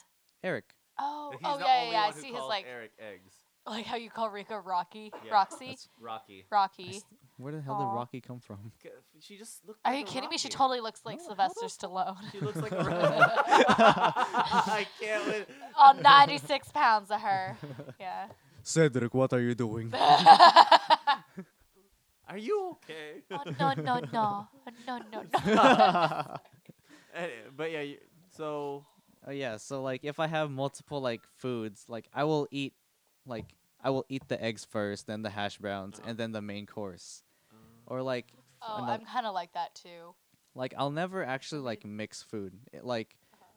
[SPEAKER 2] Eric,
[SPEAKER 3] Oh,
[SPEAKER 1] He's
[SPEAKER 3] oh
[SPEAKER 1] the
[SPEAKER 3] yeah, yeah,
[SPEAKER 1] only
[SPEAKER 3] yeah. I
[SPEAKER 1] one who
[SPEAKER 3] see his
[SPEAKER 1] calls
[SPEAKER 3] like,
[SPEAKER 1] Eric eggs.
[SPEAKER 3] like how you call Rico Rocky,
[SPEAKER 1] Yeah,
[SPEAKER 3] Roxy,
[SPEAKER 2] that's-
[SPEAKER 1] Rocky.
[SPEAKER 2] I
[SPEAKER 3] Rocky.
[SPEAKER 2] st- where the hell did
[SPEAKER 3] Aw.
[SPEAKER 2] Rocky come from? *laughs*
[SPEAKER 1] C- She just looked.
[SPEAKER 3] Are
[SPEAKER 1] like
[SPEAKER 3] you
[SPEAKER 1] a
[SPEAKER 3] kidding me? She
[SPEAKER 1] Rocky.
[SPEAKER 3] totally looks like
[SPEAKER 2] No, how
[SPEAKER 3] Sylvester
[SPEAKER 2] does- *laughs*
[SPEAKER 3] Stallone. *laughs*
[SPEAKER 1] She looks like a rock. *laughs* I can't live.
[SPEAKER 3] All 96 pounds
[SPEAKER 2] *laughs*
[SPEAKER 3] of her. Yeah. *laughs*
[SPEAKER 2] Cedric, what are you *laughs* doing?
[SPEAKER 3] oh,
[SPEAKER 1] Are you
[SPEAKER 3] *laughs*
[SPEAKER 1] okay? *laughs*
[SPEAKER 3] no, no, no. No, no,
[SPEAKER 2] *laughs*
[SPEAKER 3] no.
[SPEAKER 2] oh
[SPEAKER 1] Any- but yeah, you- so
[SPEAKER 2] yeah, so like if I have multiple like foods, like I will eat like I will eat the eggs first, then the hash browns, and then the main course.
[SPEAKER 1] uh,
[SPEAKER 2] Or like,
[SPEAKER 3] Oh,
[SPEAKER 2] another-
[SPEAKER 3] I'm kind of like that too.
[SPEAKER 2] like I'll never actually like mix food. It, like,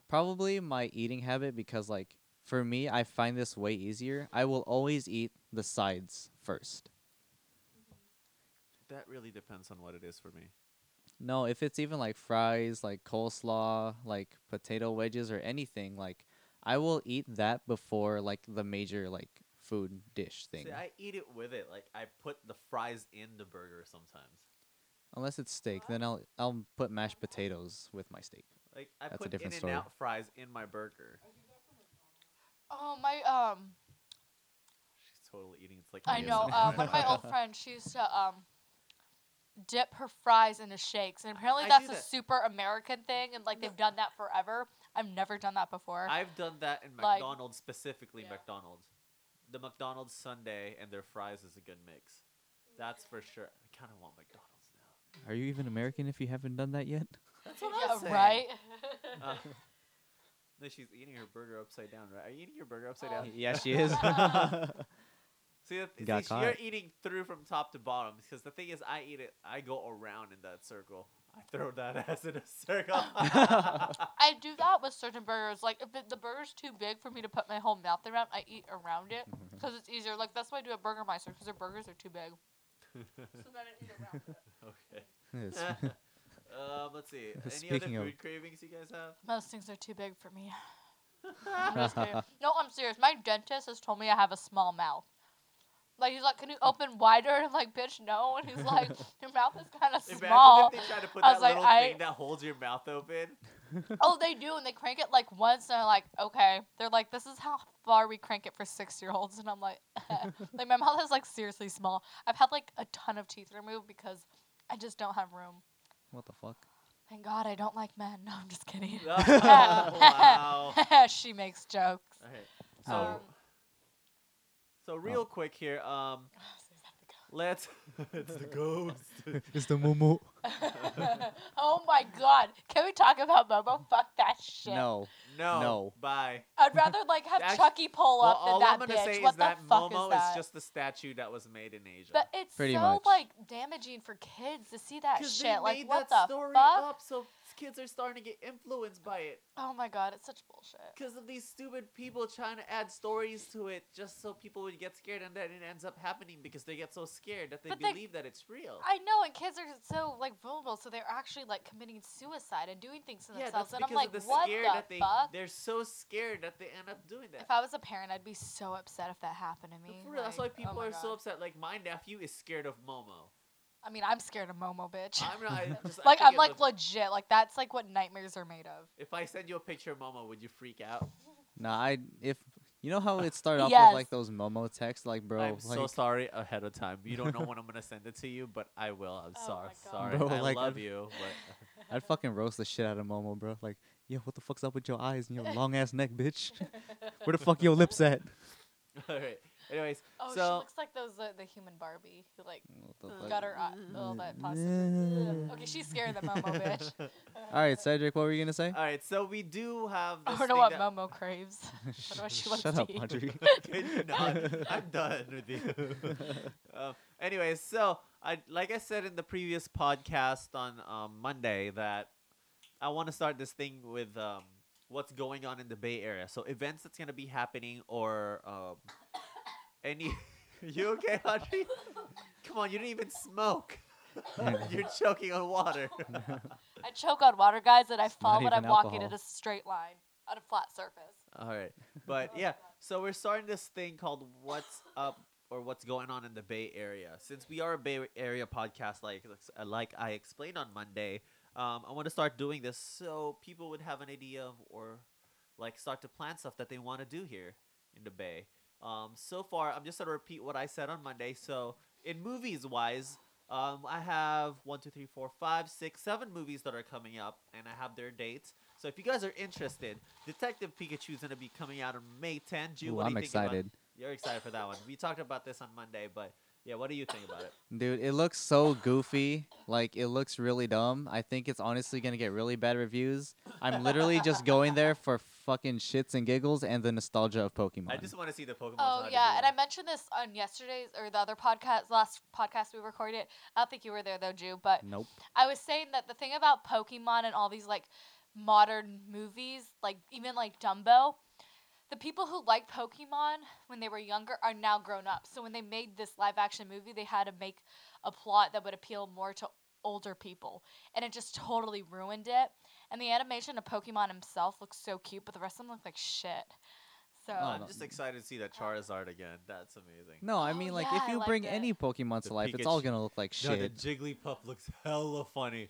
[SPEAKER 2] probably my eating habit because like for me, I find this way easier. I will always eat the sides first.
[SPEAKER 1] that really depends on what it is for me.
[SPEAKER 2] No, if it's even like fries, like coleslaw, like potato wedges or anything, like I will eat that before like the major like food dish thing.
[SPEAKER 1] See, I eat it with it. Like I put the fries in the burger sometimes.
[SPEAKER 2] Unless it's steak, then I'll I'll put mashed potatoes with my steak.
[SPEAKER 1] Like I
[SPEAKER 2] That's a
[SPEAKER 1] put in
[SPEAKER 2] different
[SPEAKER 1] and
[SPEAKER 2] story.
[SPEAKER 1] out fries in my burger.
[SPEAKER 3] Oh my um
[SPEAKER 1] She's totally eating. It's like
[SPEAKER 3] I
[SPEAKER 1] me as *laughs*
[SPEAKER 3] know.
[SPEAKER 1] an
[SPEAKER 3] Uh,
[SPEAKER 1] adult.
[SPEAKER 3] one of my old friends, she used to um, dip her fries into shakes, and apparently
[SPEAKER 1] I do
[SPEAKER 3] that's a
[SPEAKER 1] that.
[SPEAKER 3] super American thing, and like they've done that forever. I've never done that *laughs* before.
[SPEAKER 1] I've done that in
[SPEAKER 3] Like-
[SPEAKER 1] McDonald's specifically.
[SPEAKER 3] Yeah.
[SPEAKER 1] McDonald's, the McDonald's Sunday and their fries is a good mix. That's for sure. I kind of want McDonald's
[SPEAKER 2] *laughs*
[SPEAKER 1] now.
[SPEAKER 2] Are you even American if you haven't done that yet?
[SPEAKER 1] That's what
[SPEAKER 3] yeah,
[SPEAKER 1] I'm saying.
[SPEAKER 3] right. *laughs*
[SPEAKER 1] Uh, *laughs* no, she's eating her burger upside down, right? Are you eating your burger upside
[SPEAKER 3] Oh.
[SPEAKER 1] down?
[SPEAKER 2] *laughs* yeah, she is. *laughs*
[SPEAKER 1] See, that, see
[SPEAKER 2] Got
[SPEAKER 1] sh- you're
[SPEAKER 2] caught.
[SPEAKER 1] eating through from top to bottom because the thing is, I eat it. I go around in that circle. I throw that *laughs* ass in a
[SPEAKER 3] *laughs*
[SPEAKER 1] circle.
[SPEAKER 3] I do that with certain burgers. Like if the, the burger's too big for me to put my whole mouth around, I eat
[SPEAKER 1] *laughs*
[SPEAKER 3] around it because it's easier. Like that's why I do a Burger Meister because their burgers are too big. *laughs* So then I eat around it.
[SPEAKER 1] okay.
[SPEAKER 2] *laughs*
[SPEAKER 1] *laughs*
[SPEAKER 2] Yes.
[SPEAKER 1] um, let's see. Any
[SPEAKER 2] Speaking
[SPEAKER 1] other
[SPEAKER 2] of-
[SPEAKER 1] food cravings you guys have?
[SPEAKER 3] Most things are too big for me.
[SPEAKER 1] *laughs*
[SPEAKER 3] I'm just kidding. No, I'm serious. My dentist has told me I have a small mouth. Like he's like, can you open wider? *laughs* And I'm like, bitch, no. And he's
[SPEAKER 1] *laughs*
[SPEAKER 3] like, your mouth is kind of
[SPEAKER 1] Imagine *laughs*
[SPEAKER 3] small.
[SPEAKER 1] if they try to put
[SPEAKER 3] I
[SPEAKER 1] that
[SPEAKER 3] was like,
[SPEAKER 1] little
[SPEAKER 3] I-
[SPEAKER 1] thing that holds your mouth open.
[SPEAKER 3] oh, they do, and they crank it like once, and I'm like, okay. They're like, this is how far we crank it for six year olds, and I'm like, *laughs* like my mouth is like seriously small. I've had like a ton of teeth removed because I just don't have room.
[SPEAKER 2] what the fuck?
[SPEAKER 3] Thank God I don't like men. *laughs* No, I'm just kidding.
[SPEAKER 1] Oh,
[SPEAKER 3] *laughs*
[SPEAKER 1] wow.
[SPEAKER 3] she makes jokes. Um,
[SPEAKER 1] Okay. So,
[SPEAKER 2] Oh.
[SPEAKER 1] so real quick here. Um, let's. *laughs* it's the ghost.
[SPEAKER 2] *laughs* It's the mumu.
[SPEAKER 3] *laughs* oh my god. Can we talk about Momo? Fuck that shit.
[SPEAKER 2] No.
[SPEAKER 1] *laughs* No.
[SPEAKER 2] No.
[SPEAKER 1] Bye.
[SPEAKER 3] I'd rather like have
[SPEAKER 1] That's-
[SPEAKER 3] Chucky pull
[SPEAKER 1] Well,
[SPEAKER 3] up
[SPEAKER 1] all I'm
[SPEAKER 3] than that
[SPEAKER 1] gonna
[SPEAKER 3] bitch.
[SPEAKER 1] say
[SPEAKER 3] what
[SPEAKER 1] is
[SPEAKER 3] the
[SPEAKER 1] that
[SPEAKER 3] fuck
[SPEAKER 1] Momo
[SPEAKER 3] is that?
[SPEAKER 1] just the statue that was made in Asia.
[SPEAKER 3] but it's
[SPEAKER 2] Pretty
[SPEAKER 3] so
[SPEAKER 2] much.
[SPEAKER 3] like damaging for kids to see that
[SPEAKER 1] 'Cause
[SPEAKER 3] shit.
[SPEAKER 1] they
[SPEAKER 3] Like
[SPEAKER 1] made
[SPEAKER 3] what
[SPEAKER 1] that
[SPEAKER 3] the
[SPEAKER 1] story
[SPEAKER 3] fuck?
[SPEAKER 1] up, so kids are starting to get influenced by it
[SPEAKER 3] Oh my god, it's such bullshit.
[SPEAKER 1] because of these stupid people trying to add stories to it just so people would get scared, and then it ends up happening because they get so scared that they
[SPEAKER 3] But they-
[SPEAKER 1] believe that it's real.
[SPEAKER 3] I know, and kids are so like vulnerable, so they're actually like committing suicide and doing things to
[SPEAKER 1] yeah,
[SPEAKER 3] themselves.
[SPEAKER 1] that's
[SPEAKER 3] and I'm
[SPEAKER 1] because
[SPEAKER 3] like,
[SPEAKER 1] of the
[SPEAKER 3] what
[SPEAKER 1] scare
[SPEAKER 3] the
[SPEAKER 1] that they
[SPEAKER 3] fuck?
[SPEAKER 1] they're so scared that they end up doing that.
[SPEAKER 3] If I was a parent, I'd be so upset if that happened to
[SPEAKER 1] But
[SPEAKER 3] me.
[SPEAKER 1] for real, that's why
[SPEAKER 3] like, oh
[SPEAKER 1] people
[SPEAKER 3] my
[SPEAKER 1] are so
[SPEAKER 3] God.
[SPEAKER 1] upset. Like my nephew is scared of
[SPEAKER 3] *laughs*
[SPEAKER 1] Momo.
[SPEAKER 3] I mean, I'm scared of Momo, bitch.
[SPEAKER 1] I'm not I just, I
[SPEAKER 3] like
[SPEAKER 1] think
[SPEAKER 3] I'm
[SPEAKER 1] it
[SPEAKER 3] like
[SPEAKER 1] look-
[SPEAKER 3] legit. Like that's like what nightmares are made of.
[SPEAKER 1] if I send you a picture of Momo, would you freak out?
[SPEAKER 2] No, I if you know how it started off
[SPEAKER 3] Yes.
[SPEAKER 2] with like those Momo texts, like bro,
[SPEAKER 1] I'm
[SPEAKER 2] like
[SPEAKER 1] so sorry ahead of time. You
[SPEAKER 2] *laughs*
[SPEAKER 1] don't know when I'm gonna send it to you, but I will. I'm
[SPEAKER 3] Oh
[SPEAKER 1] sorry.
[SPEAKER 3] my God.
[SPEAKER 1] Sorry.
[SPEAKER 2] Bro,
[SPEAKER 1] I
[SPEAKER 2] like,
[SPEAKER 1] love
[SPEAKER 2] I'd-
[SPEAKER 1] you, but
[SPEAKER 2] I'd fucking roast the shit out of Momo, bro. Like, yo, what the fuck's up with your eyes and your long ass neck, bitch? *laughs* Where the fuck your lips at?
[SPEAKER 1] *laughs* all right. Anyways,
[SPEAKER 3] Oh, she
[SPEAKER 1] so
[SPEAKER 3] looks like those uh, the human Barbie who like
[SPEAKER 2] What the fuck?
[SPEAKER 3] Mm, got her eye. Oh, that plastic.
[SPEAKER 2] Yeah.
[SPEAKER 3] Okay, she's scared of Momo, bitch. *laughs*
[SPEAKER 2] All right, Cedric, what were you gonna *laughs* say?
[SPEAKER 1] all right. So we do have.
[SPEAKER 3] I
[SPEAKER 1] This
[SPEAKER 3] don't know
[SPEAKER 1] thing
[SPEAKER 3] what
[SPEAKER 1] that-
[SPEAKER 3] Momo craves. I don't know what she wants
[SPEAKER 2] Shut
[SPEAKER 3] to
[SPEAKER 2] up,
[SPEAKER 3] eat.
[SPEAKER 2] Audrey. *laughs*
[SPEAKER 1] Could you not?
[SPEAKER 3] *laughs*
[SPEAKER 1] I'm done with you. *laughs* um, anyways, so I like I said in the previous podcast on um, Monday that I want to start this thing with um, what's going on in the Bay Area. So events that's gonna be happening or um, any. *laughs* you okay, Audrey? Come on, you didn't even smoke. *laughs* You're choking on water. *laughs*
[SPEAKER 3] I choke on water, guys, and I
[SPEAKER 2] not
[SPEAKER 3] fall when I'm
[SPEAKER 2] even
[SPEAKER 3] walking in
[SPEAKER 2] alcohol.
[SPEAKER 3] a straight line on a flat surface.
[SPEAKER 1] All right. But yeah, so we're starting this thing called What's Up or What's Going On in the Bay Area. Since we are a Bay Area podcast, like like I explained on Monday, um, I want to start doing this so people would have an idea of or like start to plan stuff that they want to do here in the Bay. Um, so far, I'm just gonna repeat what I said on Monday. So in movies wise, um, I have one, two, three, four, five, six, seven movies that are coming up, and I have their dates. So if you guys are interested, Detective Pikachu's gonna be coming out on May 10. June.
[SPEAKER 2] Ooh, I'm excited.
[SPEAKER 1] You're excited for that one. We talked about this on Monday, but Yeah, what do you think about it?
[SPEAKER 2] Dude, it looks so goofy. Like it looks really dumb. I think it's honestly gonna get really bad reviews. I'm literally just going there for fucking shits and giggles and the nostalgia of Pokemon.
[SPEAKER 1] I just want to see the Pokemon.
[SPEAKER 3] Oh yeah, and I mentioned this on yesterday's or the other podcast, last podcast we recorded. I don't think you were there though, Jew. But
[SPEAKER 2] nope.
[SPEAKER 3] I was saying that the thing about Pokemon and all these like modern movies, like even like Dumbo, the people who liked Pokemon when they were younger are now grown up. So when they made this live action movie, they had to make a plot that would appeal more to older people. And it just totally ruined it. And the animation of Pokemon himself looks so cute, but the rest of them look like shit. So
[SPEAKER 2] Oh,
[SPEAKER 1] I'm
[SPEAKER 2] no.
[SPEAKER 1] just excited to see that Charizard again. That's amazing.
[SPEAKER 2] No, I
[SPEAKER 3] Oh,
[SPEAKER 2] mean like
[SPEAKER 3] yeah,
[SPEAKER 2] if
[SPEAKER 3] I
[SPEAKER 2] you
[SPEAKER 3] liked
[SPEAKER 2] bring
[SPEAKER 3] it.
[SPEAKER 2] any Pokemon
[SPEAKER 1] The
[SPEAKER 2] to life, it's all
[SPEAKER 1] Pikachu-
[SPEAKER 2] gonna look like
[SPEAKER 1] No, the
[SPEAKER 2] shit.
[SPEAKER 1] Jigglypuff looks hella funny.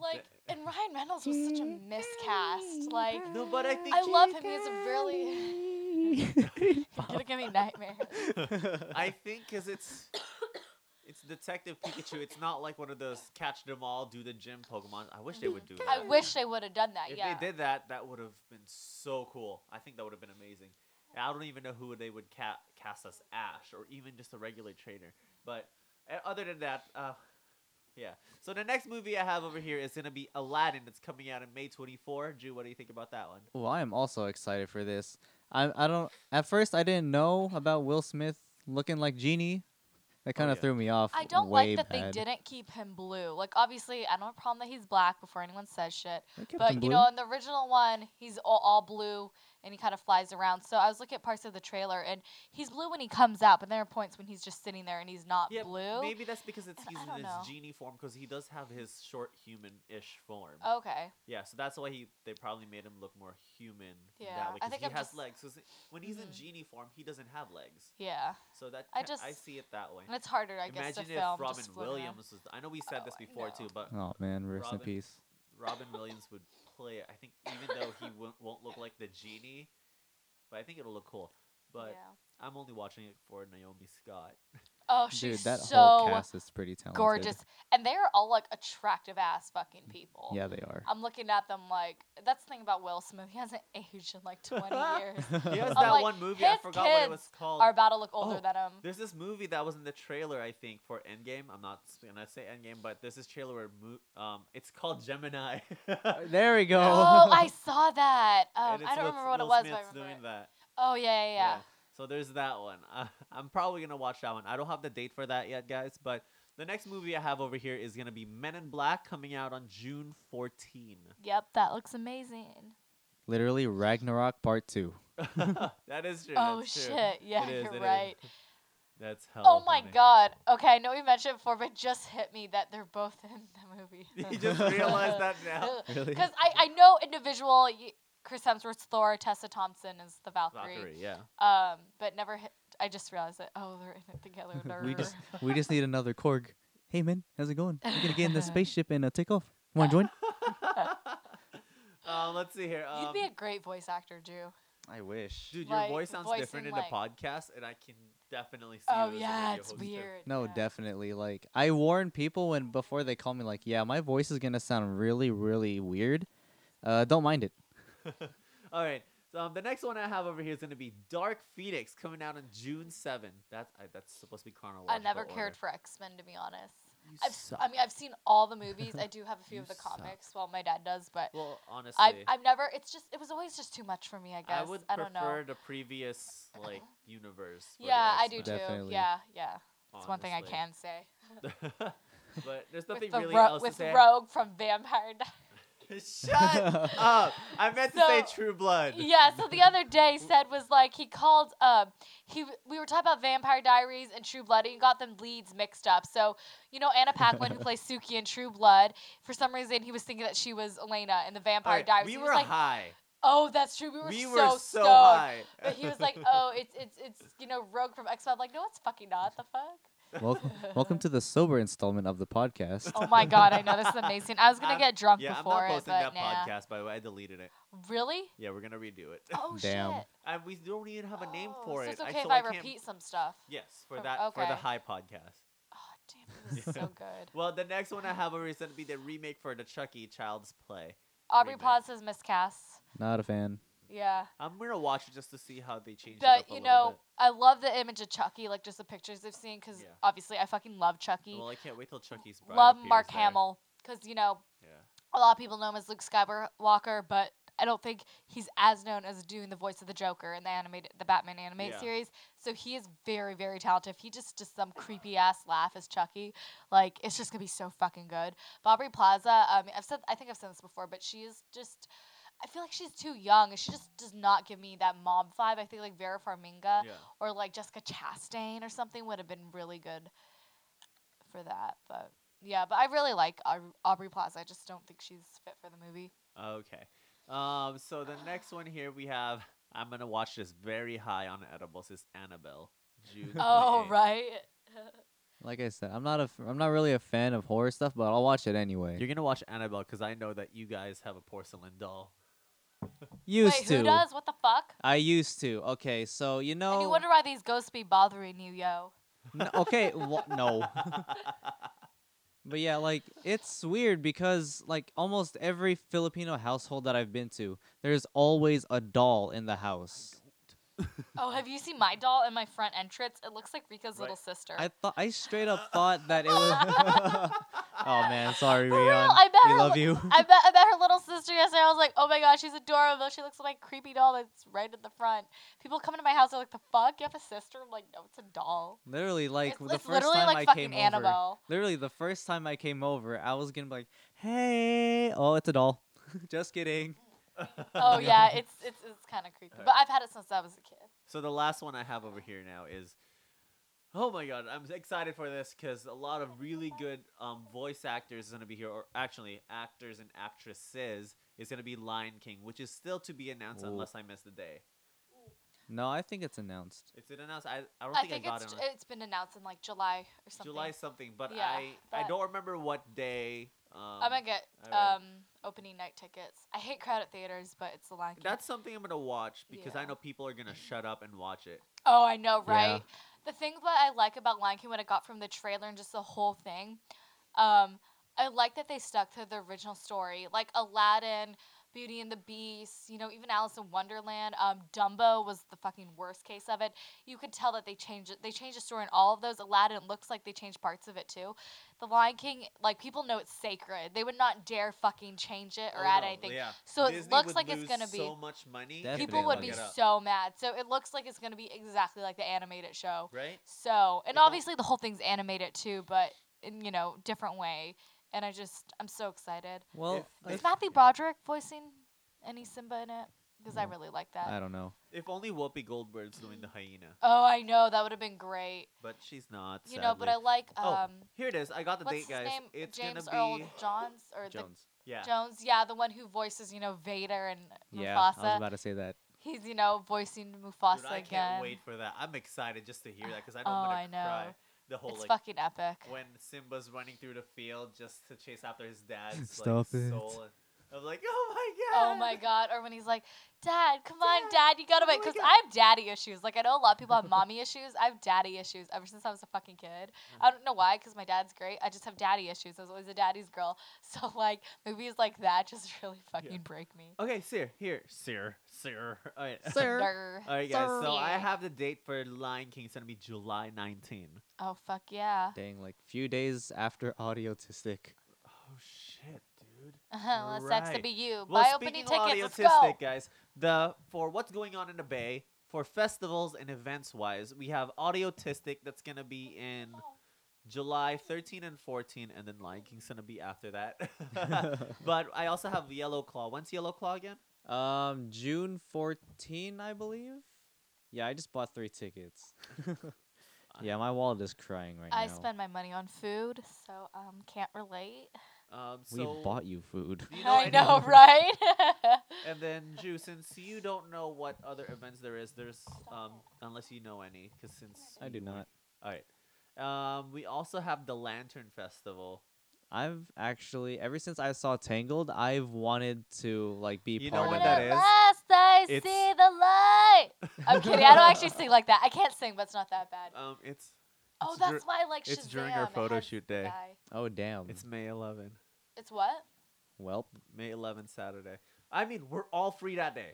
[SPEAKER 3] like and Ryan Reynolds was such a miscast. Like
[SPEAKER 1] No, but I think
[SPEAKER 3] I love him. He's a really
[SPEAKER 2] *laughs*
[SPEAKER 3] gonna give me nightmares. *laughs*
[SPEAKER 1] *laughs* I think because it's it's Detective Pikachu. It's not like one of those catch them all, do the gym Pokemon. I wish they would do that.
[SPEAKER 3] I wish they would have done that.
[SPEAKER 1] if
[SPEAKER 3] Uh, yeah.
[SPEAKER 1] they did that, that would have been so cool. I think that would have been amazing. And I don't even know who they would ca- cast as Ash or even just a regular trainer. But uh, other than that, uh, yeah. So the next movie I have over here is gonna be Aladdin. It's coming out in May 24. Ju, what do you think about that one?
[SPEAKER 2] Well, I am also excited for this. I I don't at first I didn't know about Will Smith looking like Genie. That kind
[SPEAKER 1] Oh,
[SPEAKER 2] of
[SPEAKER 1] yeah.
[SPEAKER 2] threw me off.
[SPEAKER 3] I don't
[SPEAKER 2] way
[SPEAKER 3] like that
[SPEAKER 2] bad.
[SPEAKER 3] they didn't keep him blue. Like obviously, I don't have a problem that he's black before anyone says shit.
[SPEAKER 2] They kept
[SPEAKER 3] But
[SPEAKER 2] him
[SPEAKER 3] you
[SPEAKER 2] blue.
[SPEAKER 3] know, in the original one, he's all, all blue and he kind of flies around. So I was looking at parts of the trailer, and he's blue when he comes out, but there are points when he's just sitting there and he's not
[SPEAKER 1] Yeah,
[SPEAKER 3] blue.
[SPEAKER 1] Maybe that's because it's
[SPEAKER 3] And
[SPEAKER 1] he's
[SPEAKER 3] I
[SPEAKER 1] in his
[SPEAKER 3] don't know.
[SPEAKER 1] genie form because he does have his short human-ish form.
[SPEAKER 3] Okay.
[SPEAKER 1] Yeah, so that's why he they probably made him look more human. that
[SPEAKER 3] Yeah,
[SPEAKER 1] way,
[SPEAKER 3] I
[SPEAKER 1] 'cause
[SPEAKER 3] think
[SPEAKER 1] he
[SPEAKER 3] I'm
[SPEAKER 1] has
[SPEAKER 3] just-
[SPEAKER 1] legs. 'cause when he's in
[SPEAKER 3] Mhm.
[SPEAKER 1] genie form, he doesn't have legs.
[SPEAKER 3] Yeah.
[SPEAKER 1] So that
[SPEAKER 3] I
[SPEAKER 1] ki- I
[SPEAKER 3] just-
[SPEAKER 1] see it that way.
[SPEAKER 3] And it's harder, I guess,
[SPEAKER 1] Imagine
[SPEAKER 3] to film.
[SPEAKER 1] if Robin
[SPEAKER 3] just floating around.
[SPEAKER 1] Williams was. I know we said
[SPEAKER 3] Oh,
[SPEAKER 1] this
[SPEAKER 3] I
[SPEAKER 1] before too,
[SPEAKER 3] know.
[SPEAKER 1] but
[SPEAKER 2] Oh man, rest
[SPEAKER 1] Robin-
[SPEAKER 2] in peace.
[SPEAKER 1] Robin Williams would play. it, I think even though he *laughs* won't, won't look like the genie, but I think it'll look cool. But
[SPEAKER 3] Yeah.
[SPEAKER 1] I'm only watching it for Naomi Scott.
[SPEAKER 3] Oh, she's
[SPEAKER 2] Dude, that whole
[SPEAKER 3] so
[SPEAKER 2] cast is pretty talented.
[SPEAKER 3] gorgeous, and they're all like attractive ass fucking people.
[SPEAKER 2] Mm, Yeah, they
[SPEAKER 1] *laughs*
[SPEAKER 2] are.
[SPEAKER 3] I'm looking at them like that's the thing about Will Smith. He hasn't aged in
[SPEAKER 1] *laughs*
[SPEAKER 3] like 20 years.
[SPEAKER 1] He has
[SPEAKER 3] I'm
[SPEAKER 1] that
[SPEAKER 3] Oh, like,
[SPEAKER 1] one movie. I
[SPEAKER 3] his
[SPEAKER 1] forgot what it
[SPEAKER 3] kids
[SPEAKER 1] was called.
[SPEAKER 3] Are about to look older
[SPEAKER 1] Oh, *laughs*
[SPEAKER 3] than him.
[SPEAKER 1] There's this movie that was in the trailer, I think, for Endgame. I'm not s- gonna say Endgame, but there's this trailer where mo- um, it's called Gemini.
[SPEAKER 2] *laughs*
[SPEAKER 1] *laughs*
[SPEAKER 2] there we go.
[SPEAKER 3] Oh, I saw that. Um,
[SPEAKER 1] And it's
[SPEAKER 3] I don't
[SPEAKER 1] Will-
[SPEAKER 3] remember what
[SPEAKER 1] Will
[SPEAKER 3] it was,
[SPEAKER 1] Smith's
[SPEAKER 3] but I remember.
[SPEAKER 1] doing
[SPEAKER 3] it.
[SPEAKER 1] that.
[SPEAKER 3] Oh yeah, yeah, yeah.
[SPEAKER 1] So there's that one. *laughs* Uh, I'm probably gonna watch that one. I don't have the date for that yet, guys. But the next movie I have over here is gonna be Men in Black, coming out on June
[SPEAKER 3] *laughs*
[SPEAKER 1] 14.
[SPEAKER 3] Yep, that looks amazing.
[SPEAKER 2] *laughs* Literally Ragnarok Part Two.
[SPEAKER 1] that is true.
[SPEAKER 3] oh
[SPEAKER 1] that's true.
[SPEAKER 3] shit, yeah,
[SPEAKER 1] It is, it
[SPEAKER 3] you're
[SPEAKER 1] is.
[SPEAKER 3] right.
[SPEAKER 1] That's hell.
[SPEAKER 3] Oh my god. Okay, I know we mentioned it before, but it just hit me that they're both *laughs* in the movie.
[SPEAKER 1] *laughs* you just realized that
[SPEAKER 3] *laughs*
[SPEAKER 1] now. *laughs*
[SPEAKER 2] Really?
[SPEAKER 3] Because I, I know individual y- Chris Hemsworth's Thor, Tessa Thompson is the Valkyrie,
[SPEAKER 1] Valkyrie, yeah.
[SPEAKER 3] um, but never hit. I just realized that oh they're in
[SPEAKER 1] *laughs*
[SPEAKER 3] it together.
[SPEAKER 2] we
[SPEAKER 3] nerd.
[SPEAKER 2] just we just need another Korg. Hey man, how's it going? We're gonna get in *laughs* the spaceship and uh, take off. Want to join?
[SPEAKER 1] uh, let's see here. Um,
[SPEAKER 3] You'd be a great voice actor, Jew.
[SPEAKER 2] *laughs* I wish.
[SPEAKER 1] dude,
[SPEAKER 3] like,
[SPEAKER 1] your voice sounds
[SPEAKER 3] voicing,
[SPEAKER 1] different in
[SPEAKER 3] like-
[SPEAKER 1] the podcast, and I can definitely see.
[SPEAKER 3] Oh
[SPEAKER 1] you as a
[SPEAKER 3] yeah,
[SPEAKER 1] radio
[SPEAKER 3] it's
[SPEAKER 1] host, too.
[SPEAKER 3] weird.
[SPEAKER 2] No,
[SPEAKER 3] yeah.
[SPEAKER 2] definitely. Like I warn people when before they call me, like, yeah, my voice is gonna sound really, really weird. Uh, don't mind it.
[SPEAKER 1] All right. So um, the next one I have over here is going to be Dark Phoenix coming out on June 7th. That's I, that's supposed to be chronological.
[SPEAKER 3] I never
[SPEAKER 1] order.
[SPEAKER 3] cared for X Men to be honest.
[SPEAKER 1] You
[SPEAKER 3] I've,
[SPEAKER 1] suck.
[SPEAKER 3] I mean, I've seen all the movies.
[SPEAKER 1] *laughs*
[SPEAKER 3] I do have a few
[SPEAKER 2] You
[SPEAKER 3] of the
[SPEAKER 2] suck.
[SPEAKER 3] comics. Well, my dad does, but
[SPEAKER 1] well, honestly,
[SPEAKER 3] I, I've never. It's just it was always just too much for me. I
[SPEAKER 1] I
[SPEAKER 3] guess
[SPEAKER 1] would
[SPEAKER 3] I don't
[SPEAKER 1] prefer
[SPEAKER 3] know.
[SPEAKER 1] the previous
[SPEAKER 3] *laughs*
[SPEAKER 1] like universe. for the
[SPEAKER 3] Yeah, I do
[SPEAKER 1] X-Men,
[SPEAKER 3] too.
[SPEAKER 2] Definitely.
[SPEAKER 3] Yeah, yeah. That's one thing I
[SPEAKER 1] honestly.
[SPEAKER 3] can say.
[SPEAKER 1] *laughs* but there's
[SPEAKER 3] With,
[SPEAKER 1] nothing
[SPEAKER 3] the
[SPEAKER 1] really
[SPEAKER 3] ro-
[SPEAKER 1] else
[SPEAKER 3] with
[SPEAKER 1] to say.
[SPEAKER 3] Rogue from Vampire Diaries.
[SPEAKER 1] *laughs*
[SPEAKER 3] *laughs*
[SPEAKER 1] Shut up! I meant to say
[SPEAKER 3] So-
[SPEAKER 1] True Blood.
[SPEAKER 3] *laughs* Yeah, so the other day said was like he called um he w- we were talking about Vampire Diaries and True Blood and he got them leads mixed up. So, you know Anna
[SPEAKER 1] *laughs*
[SPEAKER 3] Paquin who plays Suki in True Blood, for some reason he was thinking that she was Elena in the
[SPEAKER 1] All
[SPEAKER 3] Vampire
[SPEAKER 1] right,
[SPEAKER 3] Diaries.
[SPEAKER 1] we
[SPEAKER 3] he
[SPEAKER 1] were
[SPEAKER 3] was like,
[SPEAKER 1] high.
[SPEAKER 3] "Oh, that's true. We were
[SPEAKER 1] We
[SPEAKER 3] so
[SPEAKER 1] were so
[SPEAKER 3] stoned."
[SPEAKER 1] high.
[SPEAKER 3] But he
[SPEAKER 1] *laughs*
[SPEAKER 3] was like, "Oh, it's it's it's you know Rogue from X-Men." I'm like, "No, it's fucking not. The fuck?"
[SPEAKER 2] *laughs* Welcome, welcome to the sober installment of the podcast.
[SPEAKER 3] Oh my god, I know this is amazing. I was going
[SPEAKER 1] I'm-
[SPEAKER 3] to get drunk
[SPEAKER 1] yeah, I'm
[SPEAKER 3] before
[SPEAKER 1] not
[SPEAKER 3] it,
[SPEAKER 1] posting that
[SPEAKER 3] but nah.
[SPEAKER 1] podcast. By the way, I deleted it. *laughs*
[SPEAKER 3] Really?
[SPEAKER 1] Yeah, we're gonna redo
[SPEAKER 3] *laughs*
[SPEAKER 1] it.
[SPEAKER 3] Oh
[SPEAKER 2] Damn.
[SPEAKER 3] shit.
[SPEAKER 1] And we don't even have a name
[SPEAKER 3] Oh,
[SPEAKER 1] for
[SPEAKER 3] so
[SPEAKER 1] it.
[SPEAKER 3] It's
[SPEAKER 1] I-
[SPEAKER 3] okay
[SPEAKER 1] so
[SPEAKER 3] if
[SPEAKER 1] I
[SPEAKER 3] I,
[SPEAKER 1] can't-
[SPEAKER 3] repeat some stuff.
[SPEAKER 1] Yes, for
[SPEAKER 3] Or-
[SPEAKER 1] that for the
[SPEAKER 3] okay.
[SPEAKER 1] high podcast.
[SPEAKER 3] Oh damn, this
[SPEAKER 1] *laughs*
[SPEAKER 3] is so good.
[SPEAKER 1] Well, the next one I have over is going to be the remake for the Chucky E. Child's Play.
[SPEAKER 3] Aubrey
[SPEAKER 1] Remake.
[SPEAKER 3] Plaza's miscast.
[SPEAKER 2] *laughs* Not a fan.
[SPEAKER 3] Yeah.
[SPEAKER 1] I'm gonna watch it just to see how they change it
[SPEAKER 3] But
[SPEAKER 1] up a
[SPEAKER 3] you
[SPEAKER 1] little
[SPEAKER 3] know,
[SPEAKER 1] bit.
[SPEAKER 3] I love the image of Chucky, like just the pictures I've seen, because
[SPEAKER 1] Yeah.
[SPEAKER 3] obviously I fucking love Chucky.
[SPEAKER 1] Well, I can't wait till Chucky's bride
[SPEAKER 3] love
[SPEAKER 1] appears
[SPEAKER 3] Mark
[SPEAKER 1] there.
[SPEAKER 3] Hamill, because you know
[SPEAKER 1] Yeah.
[SPEAKER 3] a lot of people know him as Luke Skywalker, but I don't think he's as known as doing the voice of the Joker in the animated, the Batman animated
[SPEAKER 1] Yeah.
[SPEAKER 3] series. So he is very, very talented. If he just does some creepy ass laugh as Chucky, like it's just gonna be so fucking good. Bobri Plaza, um, I've said, I think I've said this before, but she is just. I feel like she's too young, and she just does not give me that mom vibe. I think like Vera Farminga
[SPEAKER 1] yeah.
[SPEAKER 3] or like Jessica Chastain or something would have been really good for that. But yeah, but I really like Au- Aubrey Plaza. I just don't think she's fit for the movie.
[SPEAKER 1] Okay. Um. So the next one here we have. I'm gonna watch this very high on edibles. Is Annabelle. June
[SPEAKER 3] Oh
[SPEAKER 1] 28th.
[SPEAKER 3] right.
[SPEAKER 2] Like I said, I'm not a, f- I'm not really a fan of horror stuff, but I'll watch it anyway.
[SPEAKER 1] You're gonna watch Annabelle because I know that you guys have a porcelain doll.
[SPEAKER 2] used
[SPEAKER 3] Wait,
[SPEAKER 2] to.
[SPEAKER 3] who does? What the fuck?
[SPEAKER 2] I used to. Okay, so you know.
[SPEAKER 3] And you wonder why these ghosts be bothering you, yo.
[SPEAKER 2] N- okay, wha- no. *laughs* But yeah, like it's weird because like almost every Filipino household that I've been to, there's always a doll in the house.
[SPEAKER 3] Oh, have you seen my doll in my front entrance? It looks like Rika's
[SPEAKER 1] Right.
[SPEAKER 3] little sister.
[SPEAKER 2] I thought I straight up thought that it was. *laughs* oh man, sorry,
[SPEAKER 3] For real,
[SPEAKER 2] Rion.
[SPEAKER 3] I bet
[SPEAKER 2] we
[SPEAKER 3] her
[SPEAKER 2] love
[SPEAKER 3] li-
[SPEAKER 2] you.
[SPEAKER 3] *laughs* I met, I met her little sister yesterday. I was like, oh my gosh, she's adorable. She looks like a creepy doll that's right in the front. People come into my house, they're like, the fuck? You have a sister? I'm like, no, it's a doll.
[SPEAKER 2] literally, like
[SPEAKER 3] it's,
[SPEAKER 2] the
[SPEAKER 3] it's
[SPEAKER 2] first
[SPEAKER 3] literally
[SPEAKER 2] time
[SPEAKER 3] like
[SPEAKER 2] I
[SPEAKER 3] fucking
[SPEAKER 2] came over. *laughs*
[SPEAKER 3] Annabelle.
[SPEAKER 2] Literally, the first time I came over, I was gonna be like, "Hey, oh, it's a doll." *laughs* Just kidding.
[SPEAKER 3] Oh yeah, it's it's it's kind of creepy.
[SPEAKER 1] Alright.
[SPEAKER 3] But I've had it since I was a kid.
[SPEAKER 1] So the last one I have over here now is, oh my god, I'm excited for this because a lot of really good um, voice actors is gonna be here, or actually actors and actresses is gonna be Lion King, which is still to be announced
[SPEAKER 2] Ooh.
[SPEAKER 1] unless I miss the day.
[SPEAKER 2] No, I think it's announced.
[SPEAKER 1] Is it announced? I, I don't
[SPEAKER 3] I
[SPEAKER 1] think,
[SPEAKER 3] think
[SPEAKER 1] I got
[SPEAKER 3] it's
[SPEAKER 1] it.
[SPEAKER 3] j- it's been announced in like July or
[SPEAKER 1] On
[SPEAKER 3] something.
[SPEAKER 1] July something, but
[SPEAKER 3] Yeah,
[SPEAKER 1] I I
[SPEAKER 3] but-
[SPEAKER 1] don't remember what day. Um,
[SPEAKER 3] I'm gonna get
[SPEAKER 1] I read.
[SPEAKER 3] um opening night tickets. I hate crowded theaters, but it's the Lion King.
[SPEAKER 1] That's something I'm gonna watch because I
[SPEAKER 3] Yeah.
[SPEAKER 1] know people are gonna shut up and watch it.
[SPEAKER 3] oh, I know,
[SPEAKER 2] Yeah.
[SPEAKER 3] right? The thing that I like about Lion King, what I got from the trailer and just the whole thing, um, I like that they stuck to the original story, like Aladdin. Beauty and the Beast, you know, even Alice in Wonderland, um, Dumbo was the fucking worst case of it. You could tell that they changed it. They changed the story in all of those. Aladdin it looks like they changed parts of it too. The Lion King, like people know it's sacred. They would not dare fucking change it or
[SPEAKER 1] Oh,
[SPEAKER 3] add
[SPEAKER 1] no,
[SPEAKER 3] anything.
[SPEAKER 1] Yeah.
[SPEAKER 3] So it
[SPEAKER 1] Disney
[SPEAKER 3] looks
[SPEAKER 1] would
[SPEAKER 3] like it's
[SPEAKER 1] lose
[SPEAKER 3] gonna be
[SPEAKER 1] so much money. if
[SPEAKER 2] Definitely
[SPEAKER 3] people
[SPEAKER 1] they
[SPEAKER 3] would
[SPEAKER 1] fuck
[SPEAKER 3] be
[SPEAKER 1] it up,
[SPEAKER 3] so mad. So it looks like it's gonna be exactly like the animated show.
[SPEAKER 1] right.
[SPEAKER 3] So and
[SPEAKER 1] If all-
[SPEAKER 3] obviously the whole thing's animated too, but in you know different way. And I just I'm so excited.
[SPEAKER 2] Well,
[SPEAKER 1] If they-
[SPEAKER 2] if-
[SPEAKER 3] Is Matthew Broderick voicing any Simba in it? Because I
[SPEAKER 2] Mm.
[SPEAKER 3] really like that.
[SPEAKER 2] I don't know.
[SPEAKER 1] If only Whoopi Goldberg's doing the hyena,
[SPEAKER 3] oh, I know that would have been great.
[SPEAKER 1] but she's not.
[SPEAKER 3] You know, but I
[SPEAKER 1] sadly.
[SPEAKER 3] like um.
[SPEAKER 1] Oh, here it is. I got the
[SPEAKER 3] What's
[SPEAKER 1] date,
[SPEAKER 3] his
[SPEAKER 1] guys.
[SPEAKER 3] name?
[SPEAKER 1] It's
[SPEAKER 3] James
[SPEAKER 1] gonna
[SPEAKER 3] Earl
[SPEAKER 1] be
[SPEAKER 3] Johns or
[SPEAKER 2] Jones.
[SPEAKER 1] yeah.
[SPEAKER 3] the Jones? Yeah, the one who voices you know Vader and
[SPEAKER 2] Yeah,
[SPEAKER 3] Mufasa.
[SPEAKER 2] I was about to say that.
[SPEAKER 3] He's you know voicing Mufasa
[SPEAKER 1] Dude, I
[SPEAKER 3] again.
[SPEAKER 1] can't wait for that. I'm excited just to hear that because I know
[SPEAKER 3] Oh,
[SPEAKER 1] I'm gonna
[SPEAKER 3] I
[SPEAKER 1] cry.
[SPEAKER 3] know.
[SPEAKER 1] The whole
[SPEAKER 3] it's
[SPEAKER 1] like
[SPEAKER 3] fucking epic.
[SPEAKER 1] when Simba's running through the field just to chase after his dad's
[SPEAKER 2] Stop
[SPEAKER 1] like
[SPEAKER 2] it.
[SPEAKER 1] soul. and- I'm like, oh my god.
[SPEAKER 3] Oh
[SPEAKER 1] *laughs*
[SPEAKER 3] my god! Or when he's like, "Dad, come on,
[SPEAKER 1] Dad,
[SPEAKER 3] Dad, you gotta
[SPEAKER 1] oh
[SPEAKER 3] wait,"
[SPEAKER 1] my
[SPEAKER 3] because
[SPEAKER 1] God.
[SPEAKER 3] I have daddy issues. Like I know a lot of people have mommy issues. I have daddy issues ever since I was a fucking kid.
[SPEAKER 1] Mm.
[SPEAKER 3] I don't know why, because my dad's great. I just have daddy issues. I was always a daddy's girl. *laughs* So like movies like that just *laughs* really fucking break me.
[SPEAKER 1] Okay, sir, here, sir, sir. *laughs* All right,
[SPEAKER 2] Sir.
[SPEAKER 3] Brr.
[SPEAKER 1] All right, guys. So I
[SPEAKER 3] Sir.
[SPEAKER 1] have the date for Lion King. It's gonna be July 19.
[SPEAKER 3] Oh fuck yeah! *laughs*
[SPEAKER 2] Dang, like few days after *laughs*
[SPEAKER 1] *laughs*
[SPEAKER 2] Audiotistic.
[SPEAKER 1] Oh shit, dude.
[SPEAKER 3] Let's sex to
[SPEAKER 1] Right.
[SPEAKER 3] be you.
[SPEAKER 1] Well,
[SPEAKER 3] Buy
[SPEAKER 1] speaking
[SPEAKER 3] opening tickets. Let's
[SPEAKER 1] of autistic
[SPEAKER 3] go.
[SPEAKER 1] guys, the for what's going on in the Bay for festivals and events wise, we have Audiotistic that's gonna be in July 13 and 14, and then Lion King's gonna be after
[SPEAKER 3] *laughs*
[SPEAKER 1] that. *laughs* but I also have Yellow Claw. When's Yellow Claw again?
[SPEAKER 2] um, June 14, I believe. Yeah, I just bought three tickets.
[SPEAKER 1] *laughs*
[SPEAKER 2] yeah, my wallet is crying right
[SPEAKER 3] I
[SPEAKER 2] now.
[SPEAKER 3] spend my money on food, so um can't relate.
[SPEAKER 1] Um, so
[SPEAKER 2] we bought you food.
[SPEAKER 3] *laughs*
[SPEAKER 1] do you
[SPEAKER 3] I
[SPEAKER 1] any-
[SPEAKER 3] know, right? *laughs*
[SPEAKER 1] And then, Ju, since you don't know what other events there is, there's um, unless you know any, because since
[SPEAKER 2] I do
[SPEAKER 1] you weren't-
[SPEAKER 2] not.
[SPEAKER 1] All right. Um, we also have the Lantern Festival.
[SPEAKER 2] *laughs* I've actually ever since I saw Tangled, I've wanted to like be
[SPEAKER 1] You know
[SPEAKER 2] part
[SPEAKER 1] what
[SPEAKER 2] of
[SPEAKER 1] that
[SPEAKER 2] it.
[SPEAKER 1] is?
[SPEAKER 3] Last I
[SPEAKER 1] It's-
[SPEAKER 3] see the light. *laughs*
[SPEAKER 2] *laughs*
[SPEAKER 3] I'm kidding.
[SPEAKER 1] *laughs*
[SPEAKER 3] I don't actually sing like that. I can't sing, but it's not that bad.
[SPEAKER 1] Um, it's
[SPEAKER 3] oh,
[SPEAKER 1] it's dur-
[SPEAKER 3] that's why I like Shazam.
[SPEAKER 1] it's during our
[SPEAKER 3] It
[SPEAKER 1] photo
[SPEAKER 3] has
[SPEAKER 1] shoot
[SPEAKER 3] the
[SPEAKER 1] day.
[SPEAKER 3] guy.
[SPEAKER 2] Oh damn.
[SPEAKER 1] it's May 11.
[SPEAKER 3] It's what?
[SPEAKER 2] Welp.
[SPEAKER 1] May 11 Saturday. I mean, we're all free that day.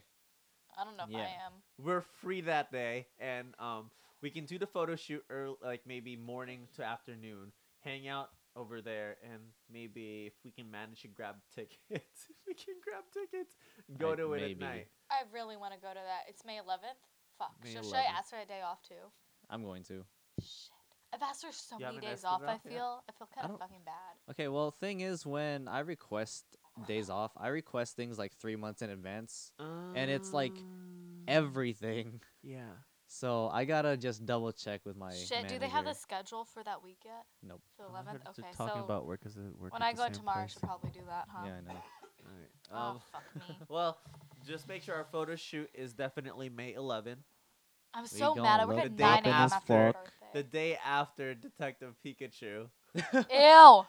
[SPEAKER 3] I don't know if
[SPEAKER 1] Yeah.
[SPEAKER 3] I am.
[SPEAKER 1] we're free that day and um we can do the photo shoot early, like maybe morning to afternoon hang out over there and maybe if we can manage to grab tickets *laughs* if we can grab tickets go
[SPEAKER 2] I-
[SPEAKER 1] to it
[SPEAKER 2] maybe.
[SPEAKER 1] at night
[SPEAKER 3] I really want to go to that. It's May 11th. Fuck.
[SPEAKER 2] May
[SPEAKER 3] should, should I
[SPEAKER 2] 11th.
[SPEAKER 3] ask for a day off too?
[SPEAKER 2] I'm going to.
[SPEAKER 3] Shit. I've asked her so
[SPEAKER 1] You
[SPEAKER 3] many
[SPEAKER 1] haven't asked
[SPEAKER 3] days
[SPEAKER 1] her
[SPEAKER 3] off. I
[SPEAKER 1] that? Yeah.
[SPEAKER 3] feel I feel kind of
[SPEAKER 2] don't-
[SPEAKER 3] fucking bad.
[SPEAKER 2] Okay, well, thing is, when I request days off, I request things like three months in advance, And it's like
[SPEAKER 1] Um,
[SPEAKER 2] everything.
[SPEAKER 1] yeah
[SPEAKER 2] So I gotta just double check with my.
[SPEAKER 3] Shit. Do they have the
[SPEAKER 2] manager.
[SPEAKER 3] schedule for that week yet?
[SPEAKER 2] Nope.
[SPEAKER 3] For the 11th. Okay.
[SPEAKER 1] talking
[SPEAKER 3] so
[SPEAKER 1] about work is it work
[SPEAKER 3] when
[SPEAKER 1] at
[SPEAKER 3] I
[SPEAKER 1] the
[SPEAKER 3] go in
[SPEAKER 1] same
[SPEAKER 3] tomorrow, I
[SPEAKER 1] place?
[SPEAKER 3] should probably do that, huh?
[SPEAKER 2] Yeah, I know.
[SPEAKER 1] All right.
[SPEAKER 3] *laughs* oh
[SPEAKER 1] um
[SPEAKER 3] fuck me.
[SPEAKER 1] well just make sure our photo shoot is definitely may 11th *laughs*
[SPEAKER 3] I'm
[SPEAKER 2] We
[SPEAKER 3] so
[SPEAKER 2] gonna
[SPEAKER 3] mad. I work
[SPEAKER 2] look
[SPEAKER 3] at
[SPEAKER 1] it
[SPEAKER 3] 9
[SPEAKER 1] up in
[SPEAKER 3] a.m.
[SPEAKER 1] this
[SPEAKER 3] after my
[SPEAKER 2] book.
[SPEAKER 1] the
[SPEAKER 3] birthday.
[SPEAKER 1] day after detective pikachu
[SPEAKER 3] Ew.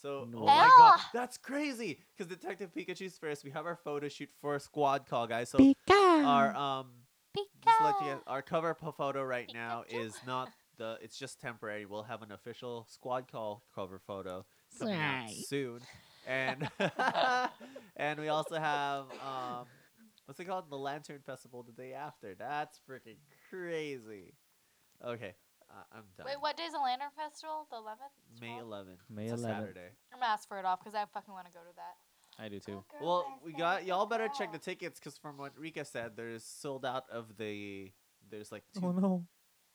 [SPEAKER 1] So,
[SPEAKER 2] No.
[SPEAKER 1] oh my god,
[SPEAKER 3] Ah!
[SPEAKER 1] that's crazy! Because Detective Pikachu's first. We have our photo shoot for a squad call, guys. So our um, just to let you guys, our cover po- photo right now
[SPEAKER 3] Pikachu.
[SPEAKER 1] is not the. It's just temporary. We'll have an official squad call cover photo coming out
[SPEAKER 4] Sorry.
[SPEAKER 1] soon,
[SPEAKER 3] *laughs*
[SPEAKER 1] and *laughs* and we also have um, what's it called? The Lantern Festival the day after. That's freaking crazy. Okay, uh, I'm done.
[SPEAKER 3] Wait, what day is the Lantern Festival? The 11th?
[SPEAKER 1] May
[SPEAKER 3] 12th?
[SPEAKER 1] 11th.
[SPEAKER 2] May
[SPEAKER 1] It's a
[SPEAKER 2] 11th.
[SPEAKER 1] Saturday.
[SPEAKER 3] I'm gonna ask for it off because I fucking want to go to that.
[SPEAKER 2] *laughs* I do *laughs* too.
[SPEAKER 1] Well, we got y'all better check the tickets because from what Rika said, there's sold out of the there's like two.
[SPEAKER 2] Oh, no.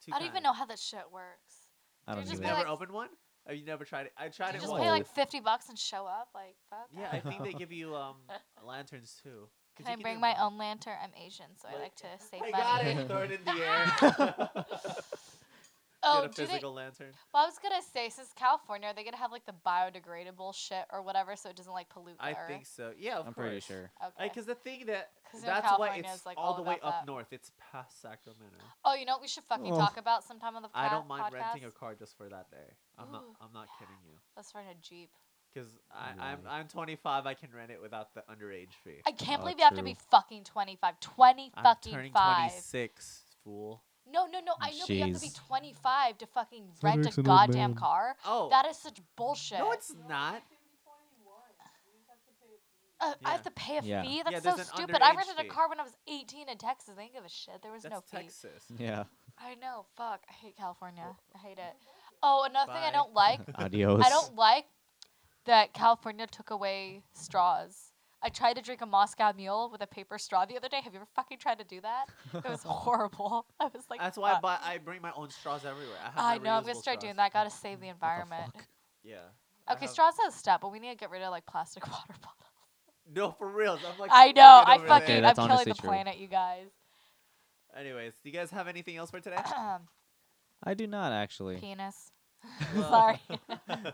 [SPEAKER 1] two
[SPEAKER 3] I don't even
[SPEAKER 1] kinds.
[SPEAKER 3] know how that shit works.
[SPEAKER 2] I
[SPEAKER 3] Do
[SPEAKER 2] don't
[SPEAKER 1] You've
[SPEAKER 3] you just
[SPEAKER 2] even.
[SPEAKER 3] pay,
[SPEAKER 1] never
[SPEAKER 3] like-
[SPEAKER 1] opened one? Have you never tried it? I tried
[SPEAKER 3] You
[SPEAKER 1] it
[SPEAKER 3] just
[SPEAKER 1] once.
[SPEAKER 3] pay like
[SPEAKER 2] Whoa.
[SPEAKER 3] fifty bucks and show up. Like *laughs* fuck.
[SPEAKER 1] yeah, I think they give you
[SPEAKER 3] *laughs*
[SPEAKER 1] um lanterns too. 'Cause
[SPEAKER 3] Can I
[SPEAKER 1] you
[SPEAKER 3] bring
[SPEAKER 1] do
[SPEAKER 3] my
[SPEAKER 1] one.
[SPEAKER 3] own lantern? I'm Asian, so I
[SPEAKER 1] Like- *laughs*
[SPEAKER 3] like to save
[SPEAKER 1] I
[SPEAKER 3] money.
[SPEAKER 1] got
[SPEAKER 3] *laughs*
[SPEAKER 1] it. Throw it in the air.
[SPEAKER 3] Oh,
[SPEAKER 1] *laughs* Get a
[SPEAKER 3] do they?
[SPEAKER 1] physical
[SPEAKER 3] Well,
[SPEAKER 1] lantern.
[SPEAKER 3] I was gonna say since California, are they gonna have like the biodegradable shit or whatever, so it doesn't like pollute the
[SPEAKER 1] I
[SPEAKER 3] earth?
[SPEAKER 1] think so. Yeah, of
[SPEAKER 2] I'm
[SPEAKER 1] course.
[SPEAKER 2] pretty sure. *laughs*
[SPEAKER 3] Okay.
[SPEAKER 1] Because the thing that
[SPEAKER 3] 'Cause in
[SPEAKER 1] that's why
[SPEAKER 3] California,
[SPEAKER 1] it's
[SPEAKER 3] it's, like,
[SPEAKER 1] all
[SPEAKER 3] all
[SPEAKER 1] the way
[SPEAKER 3] about
[SPEAKER 1] up
[SPEAKER 3] that.
[SPEAKER 1] north. It's past Sacramento.
[SPEAKER 3] oh, you know what we should fucking
[SPEAKER 2] Oh.
[SPEAKER 3] talk about sometime on the
[SPEAKER 1] I
[SPEAKER 3] pod-
[SPEAKER 1] don't mind
[SPEAKER 3] podcast?
[SPEAKER 1] renting a car just for that day. I'm not.
[SPEAKER 3] Ooh,
[SPEAKER 1] I'm not
[SPEAKER 3] yeah.
[SPEAKER 1] kidding you.
[SPEAKER 3] Let's rent a jeep.
[SPEAKER 1] Because I'm
[SPEAKER 2] Right.
[SPEAKER 1] I'm 25, I can rent it without the underage fee.
[SPEAKER 3] I can't
[SPEAKER 2] Oh,
[SPEAKER 3] believe you have to
[SPEAKER 2] true.
[SPEAKER 3] be fucking 25. 20
[SPEAKER 1] I'm
[SPEAKER 3] fucking
[SPEAKER 1] turning
[SPEAKER 3] 5.
[SPEAKER 1] 26, fool.
[SPEAKER 3] No, no, no. I know, but you have to be
[SPEAKER 2] Jeez.
[SPEAKER 3] 25 to fucking
[SPEAKER 2] Sounds
[SPEAKER 3] rent
[SPEAKER 2] like
[SPEAKER 3] a
[SPEAKER 2] an old
[SPEAKER 3] goddamn
[SPEAKER 2] man.
[SPEAKER 3] car.
[SPEAKER 1] Oh,
[SPEAKER 3] That is such bullshit.
[SPEAKER 1] no, it's not.
[SPEAKER 3] Uh, I have
[SPEAKER 1] Yeah.
[SPEAKER 3] to pay a
[SPEAKER 2] Yeah.
[SPEAKER 3] fee?
[SPEAKER 1] Yeah,
[SPEAKER 3] That's
[SPEAKER 1] there's
[SPEAKER 3] so
[SPEAKER 1] an
[SPEAKER 3] stupid. I
[SPEAKER 1] underage
[SPEAKER 3] rented
[SPEAKER 1] fee.
[SPEAKER 3] a car when I was 18 in Texas. They didn't give a shit. There was
[SPEAKER 1] That's
[SPEAKER 3] no fee.
[SPEAKER 1] Texas.
[SPEAKER 2] Yeah.
[SPEAKER 3] I know. Fuck. I hate California. I hate it. Oh, another thing I
[SPEAKER 1] Bye.
[SPEAKER 3] don't like.
[SPEAKER 2] *laughs* Adios.
[SPEAKER 3] I don't like that California took away straws. I tried to drink a Moscow Mule with a paper straw the other day. Have you ever fucking tried to do that? It
[SPEAKER 2] *laughs*
[SPEAKER 3] was horrible. *laughs* I was like,
[SPEAKER 1] That's why I
[SPEAKER 3] "Fuck."
[SPEAKER 1] buy. I bring my own straws everywhere. I, have
[SPEAKER 3] I
[SPEAKER 1] my
[SPEAKER 3] know. I'm gonna
[SPEAKER 1] reusable
[SPEAKER 3] start doing
[SPEAKER 1] straws.
[SPEAKER 3] that. Gotta save the environment.
[SPEAKER 2] fuck?
[SPEAKER 1] Yeah. I
[SPEAKER 3] Okay,
[SPEAKER 1] have-
[SPEAKER 3] straws has step, but we need to get rid of like plastic *laughs* water bottles.
[SPEAKER 1] No, for real. I'm like.
[SPEAKER 3] I
[SPEAKER 1] "Fuck
[SPEAKER 3] know.
[SPEAKER 1] it
[SPEAKER 3] I
[SPEAKER 1] over
[SPEAKER 3] fucking.
[SPEAKER 2] Okay,
[SPEAKER 1] there."
[SPEAKER 2] that's
[SPEAKER 3] I'm killing
[SPEAKER 2] honestly
[SPEAKER 3] the
[SPEAKER 2] true.
[SPEAKER 3] planet,
[SPEAKER 1] *coughs*
[SPEAKER 3] you guys. *coughs*
[SPEAKER 1] Anyways, do you guys have anything else for
[SPEAKER 3] *laughs*
[SPEAKER 1] today?
[SPEAKER 2] I do not
[SPEAKER 1] *laughs*
[SPEAKER 2] actually.
[SPEAKER 3] Penis. *laughs*
[SPEAKER 1] Well- *laughs*
[SPEAKER 3] Sorry.
[SPEAKER 2] *laughs*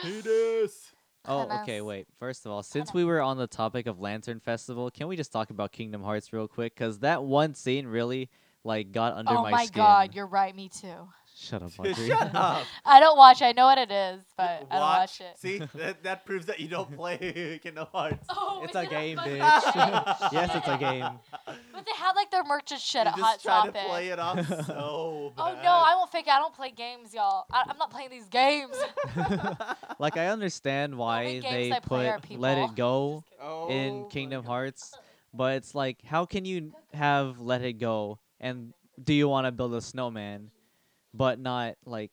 [SPEAKER 1] Penis.
[SPEAKER 2] Oh, okay.
[SPEAKER 3] Panas.
[SPEAKER 2] Wait. First of all,
[SPEAKER 3] Panas.
[SPEAKER 2] since we were on the topic of Lantern Festival, can we just talk about Kingdom Hearts real quick? Cause that one scene really like got under
[SPEAKER 3] oh
[SPEAKER 2] my,
[SPEAKER 3] my,
[SPEAKER 2] skin.
[SPEAKER 3] god, you're right. Me too.
[SPEAKER 2] Shut *laughs* up, Audrey.
[SPEAKER 3] *laughs*
[SPEAKER 1] Shut up.
[SPEAKER 3] I don't watch. I know what it is, but I don't watch it.
[SPEAKER 2] *laughs*
[SPEAKER 1] See, that, that proves that you don't play *laughs* Kingdom Hearts.
[SPEAKER 3] Oh,
[SPEAKER 2] It's
[SPEAKER 3] is
[SPEAKER 2] a
[SPEAKER 3] it *laughs*
[SPEAKER 2] game,
[SPEAKER 3] fucking
[SPEAKER 2] bitch.
[SPEAKER 3] game?
[SPEAKER 2] *laughs* yes,
[SPEAKER 3] Shut
[SPEAKER 2] it's a
[SPEAKER 3] up.
[SPEAKER 2] game.
[SPEAKER 3] But they had like their merch and shit
[SPEAKER 1] You
[SPEAKER 3] at
[SPEAKER 1] just
[SPEAKER 3] Hot
[SPEAKER 1] try
[SPEAKER 3] Topic.
[SPEAKER 1] to play it off
[SPEAKER 2] *laughs*
[SPEAKER 1] so
[SPEAKER 3] Oh
[SPEAKER 1] bad.
[SPEAKER 3] no, I won't fake it. I don't play games, y'all. I, I'm not playing these games.
[SPEAKER 1] *laughs*
[SPEAKER 2] Like I understand why
[SPEAKER 3] games
[SPEAKER 2] they
[SPEAKER 3] I play are
[SPEAKER 2] put Let
[SPEAKER 3] people.
[SPEAKER 2] It Go
[SPEAKER 1] *laughs* Oh
[SPEAKER 2] in
[SPEAKER 1] my
[SPEAKER 2] Kingdom
[SPEAKER 1] God.
[SPEAKER 2] Hearts, but it's like how can you have Let It Go and do you want to build a snowman, but not like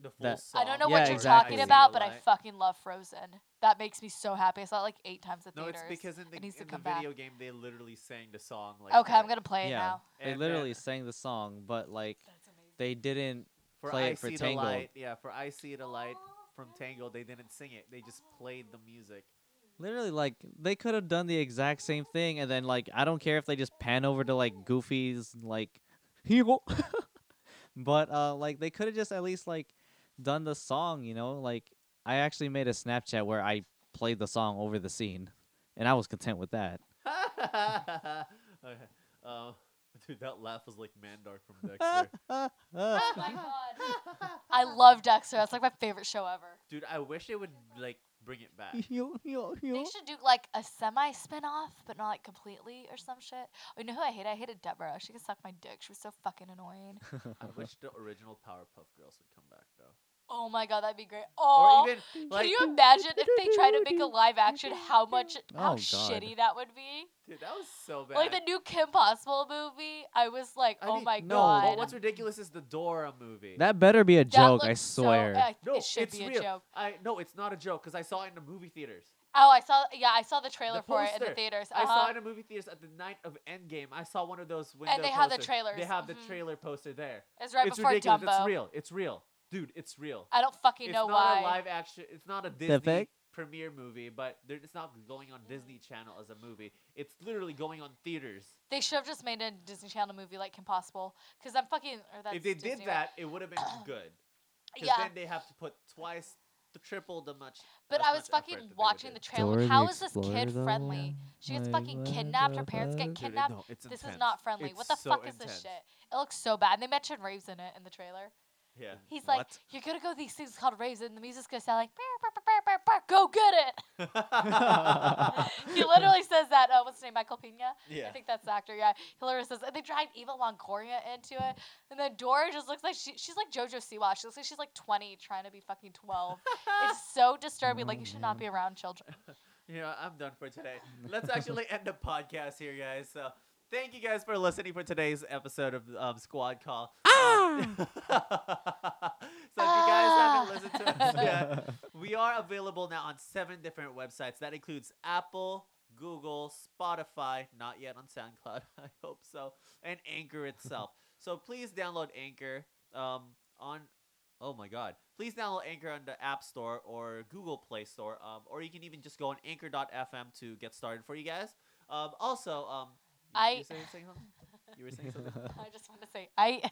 [SPEAKER 1] The full
[SPEAKER 2] that-
[SPEAKER 3] I don't know
[SPEAKER 2] Yeah,
[SPEAKER 3] what you're
[SPEAKER 2] exactly.
[SPEAKER 3] talking about, but I
[SPEAKER 1] Right.
[SPEAKER 3] fucking love Frozen. That makes me so happy. I saw it like eight times at
[SPEAKER 1] No, it's
[SPEAKER 3] theaters.
[SPEAKER 1] because in the,
[SPEAKER 3] needs to
[SPEAKER 1] in the
[SPEAKER 3] come back.
[SPEAKER 1] video game they literally sang the song like
[SPEAKER 3] okay, I'm
[SPEAKER 1] that.
[SPEAKER 3] gonna play it
[SPEAKER 2] Yeah.
[SPEAKER 3] now.
[SPEAKER 2] they
[SPEAKER 1] And
[SPEAKER 2] literally
[SPEAKER 1] then
[SPEAKER 2] sang the song, but like
[SPEAKER 3] That's amazing.
[SPEAKER 2] they didn't.
[SPEAKER 1] for
[SPEAKER 2] play
[SPEAKER 1] I
[SPEAKER 2] it for
[SPEAKER 1] See the
[SPEAKER 2] Tangled.
[SPEAKER 1] Light, yeah, for I See the Light from Tangled, they didn't sing it. They just played the music. *laughs*
[SPEAKER 2] Literally, like they could have done the exact same thing, and then like I don't care if they just pan over to like Goofy's like, *laughs* here you go. but uh, like they could have just at least like done the song, you know? Like I actually made a Snapchat where I played the song over the scene, and I was content with that.
[SPEAKER 1] okay. Um, *laughs* dude, that laugh was like Mandark
[SPEAKER 2] *laughs*
[SPEAKER 1] from Dexter.
[SPEAKER 3] *laughs* Oh my god. I love Dexter. That's like my favorite show ever.
[SPEAKER 1] dude, I wish they would like bring it
[SPEAKER 2] *laughs*
[SPEAKER 1] back.
[SPEAKER 3] They should do like a semi spin off, but not like completely or some shit. Oh, you know who I hate? I hated Deborah.
[SPEAKER 1] *laughs*
[SPEAKER 3] She could suck my dick. She was so fucking annoying.
[SPEAKER 1] I wish the original Powerpuff Girls would come back though.
[SPEAKER 3] Oh my god, that'd be great. Oh,
[SPEAKER 1] or even like,
[SPEAKER 3] can you imagine if they tried to make a live action? How much, how
[SPEAKER 2] Oh, God.
[SPEAKER 3] shitty that would be.
[SPEAKER 1] dude, that was so bad.
[SPEAKER 3] Like the new Kim Possible movie, I was like,
[SPEAKER 1] I
[SPEAKER 3] oh
[SPEAKER 1] mean,
[SPEAKER 3] my
[SPEAKER 2] no,
[SPEAKER 3] god.
[SPEAKER 1] Well, what's ridiculous is the Dora movie.
[SPEAKER 2] That better be a
[SPEAKER 3] That
[SPEAKER 2] joke, I
[SPEAKER 3] looks so-
[SPEAKER 2] swear. *laughs*
[SPEAKER 3] I-
[SPEAKER 1] no,
[SPEAKER 3] it should
[SPEAKER 1] it's
[SPEAKER 3] be a
[SPEAKER 1] real.
[SPEAKER 3] joke.
[SPEAKER 1] I no, it's not a joke because I saw it in the movie theaters.
[SPEAKER 3] Oh, I saw. Yeah, I saw the trailer for it in
[SPEAKER 1] poster.
[SPEAKER 3] the theaters.
[SPEAKER 1] I saw
[SPEAKER 3] uh-huh.
[SPEAKER 1] it in movie theaters at the night of Endgame. I saw one of those window
[SPEAKER 3] And they had the
[SPEAKER 1] posters. They
[SPEAKER 3] trailers.
[SPEAKER 1] have the
[SPEAKER 3] Mhm.
[SPEAKER 1] trailer poster there.
[SPEAKER 3] It's right
[SPEAKER 1] it's
[SPEAKER 3] before
[SPEAKER 1] ridiculous.
[SPEAKER 3] Dumbo.
[SPEAKER 1] It's real. It's real, dude. It's real.
[SPEAKER 3] I don't fucking
[SPEAKER 1] it's
[SPEAKER 3] know
[SPEAKER 1] not
[SPEAKER 3] why.
[SPEAKER 1] a live action. It's not a Disney
[SPEAKER 2] Pacific?
[SPEAKER 1] premiere movie, but they're, it's not going on Disney Channel as a movie. It's literally going on theaters.
[SPEAKER 3] They should have just made a Disney Channel movie like Kim Possible, because I'm fucking. Or that's
[SPEAKER 1] if they
[SPEAKER 3] Disney,
[SPEAKER 1] did
[SPEAKER 3] right?
[SPEAKER 1] that, it would have been good. Because
[SPEAKER 3] yeah.
[SPEAKER 1] then they have to put twice, the triple the much.
[SPEAKER 3] But
[SPEAKER 1] as
[SPEAKER 3] I was
[SPEAKER 1] much effort that
[SPEAKER 3] fucking
[SPEAKER 1] they would
[SPEAKER 3] watching
[SPEAKER 1] do.
[SPEAKER 3] the trailer. How is this kid friendly? She gets
[SPEAKER 2] Like,
[SPEAKER 3] fucking
[SPEAKER 2] what
[SPEAKER 3] kidnapped. Her
[SPEAKER 2] the
[SPEAKER 3] parents get
[SPEAKER 2] fuck?
[SPEAKER 1] Dude, it-
[SPEAKER 3] kidnapped.
[SPEAKER 1] no, it's
[SPEAKER 3] This is
[SPEAKER 1] intense.
[SPEAKER 3] not friendly. what
[SPEAKER 1] It's so
[SPEAKER 3] the fuck is this
[SPEAKER 1] intense.
[SPEAKER 3] shit? It looks so bad. And they mentioned raves in it in the trailer.
[SPEAKER 1] Yeah.
[SPEAKER 3] He's
[SPEAKER 1] *laughs*
[SPEAKER 3] like, *laughs*
[SPEAKER 2] What?
[SPEAKER 3] "You're gonna go to these things called raves, and the music's gonna sound like "Brr, brr, brr, brr, brr, brr, go get
[SPEAKER 1] *laughs*
[SPEAKER 3] it." he literally says that. Uh, what's his name? Michael Pena. I
[SPEAKER 1] yeah.
[SPEAKER 3] think that's the actor. Yeah, he literally says. And they dragged Eva Longoria into it, and then Dora just looks like she, she's like JoJo Siwa. She looks like she's like 20, trying to be fucking 12.
[SPEAKER 1] *laughs*
[SPEAKER 3] it's so disturbing. Like you should not be
[SPEAKER 1] Mm.
[SPEAKER 3] around children.
[SPEAKER 1] Yeah, I'm done for today. Let's actually end the podcast here, guys. So thank you guys for listening for today's episode of um, Squad Call. Um, *laughs* so if you guys
[SPEAKER 3] Ah.
[SPEAKER 1] haven't
[SPEAKER 3] *laughs*
[SPEAKER 1] listened to us yet,
[SPEAKER 2] *laughs*
[SPEAKER 1] we are available now on seven different websites. That includes Apple, Google, Spotify, not yet on SoundCloud, *laughs* I hope so, and Anchor itself. so please download Anchor um, on. Oh my God! Please download Anchor on the App Store or Google Play Store, um, or you can even just go on Anchor.fm to get started for you guys. Um, also, um, you- you
[SPEAKER 3] I-
[SPEAKER 1] were saying something? You were saying something.
[SPEAKER 3] I just want to say, I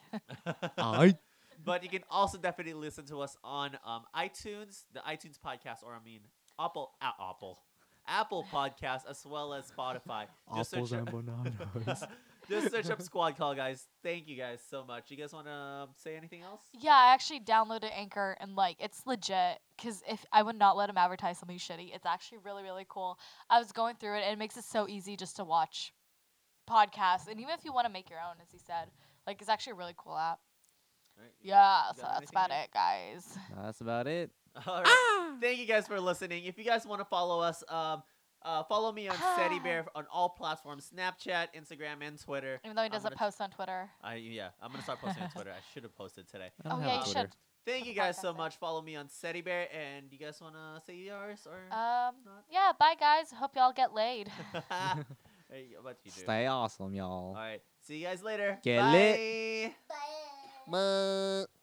[SPEAKER 1] *laughs*
[SPEAKER 2] Aye.
[SPEAKER 1] but you can also definitely listen to us on um, iTunes, the iTunes podcast, or I mean, Apple, uh, Apple, Apple podcast, as well as Spotify. Just search,
[SPEAKER 2] Apples and bananas.
[SPEAKER 1] *laughs* just search up Squad Call, guys. Thank you guys so much. You guys want to say anything else?
[SPEAKER 3] yeah, I actually downloaded Anchor and like it's legit. Cause if I would not let them advertise something shitty, it's actually really really cool. I was going through it and it makes it so easy just to watch podcasts, and even if you want to make your own, as he said, like it's actually a really cool app.
[SPEAKER 1] All right.
[SPEAKER 3] Yeah, so
[SPEAKER 1] got
[SPEAKER 3] that's
[SPEAKER 1] anything
[SPEAKER 3] about
[SPEAKER 1] there?
[SPEAKER 3] it, guys.
[SPEAKER 2] Nah, that's about it.
[SPEAKER 1] *laughs* All right. Thank you guys for listening. If you guys want to follow us, um, uh, follow me on Steady Bear on all platforms: Snapchat, Instagram, and Twitter.
[SPEAKER 3] Even though he
[SPEAKER 1] I'm
[SPEAKER 3] doesn't
[SPEAKER 1] gonna-
[SPEAKER 3] post on Twitter.
[SPEAKER 1] I yeah, I'm gonna start posting on Twitter. I should have posted today.
[SPEAKER 2] I don't
[SPEAKER 3] Oh,
[SPEAKER 2] have
[SPEAKER 3] yeah, you
[SPEAKER 2] Twitter.
[SPEAKER 3] should.
[SPEAKER 1] Thank
[SPEAKER 3] the
[SPEAKER 1] you guys so
[SPEAKER 3] podcast, I
[SPEAKER 1] much. Follow me on SETI Bear, and you guys wanna say yours or?
[SPEAKER 3] Um,
[SPEAKER 1] not?
[SPEAKER 3] yeah, bye guys. Hope y'all get laid.
[SPEAKER 2] *laughs* Uh,
[SPEAKER 1] *laughs* Hey, how about you do?
[SPEAKER 2] Stay awesome, y'all.
[SPEAKER 1] All right. See you guys later.
[SPEAKER 2] Get
[SPEAKER 1] Bye.
[SPEAKER 2] lit. Buh.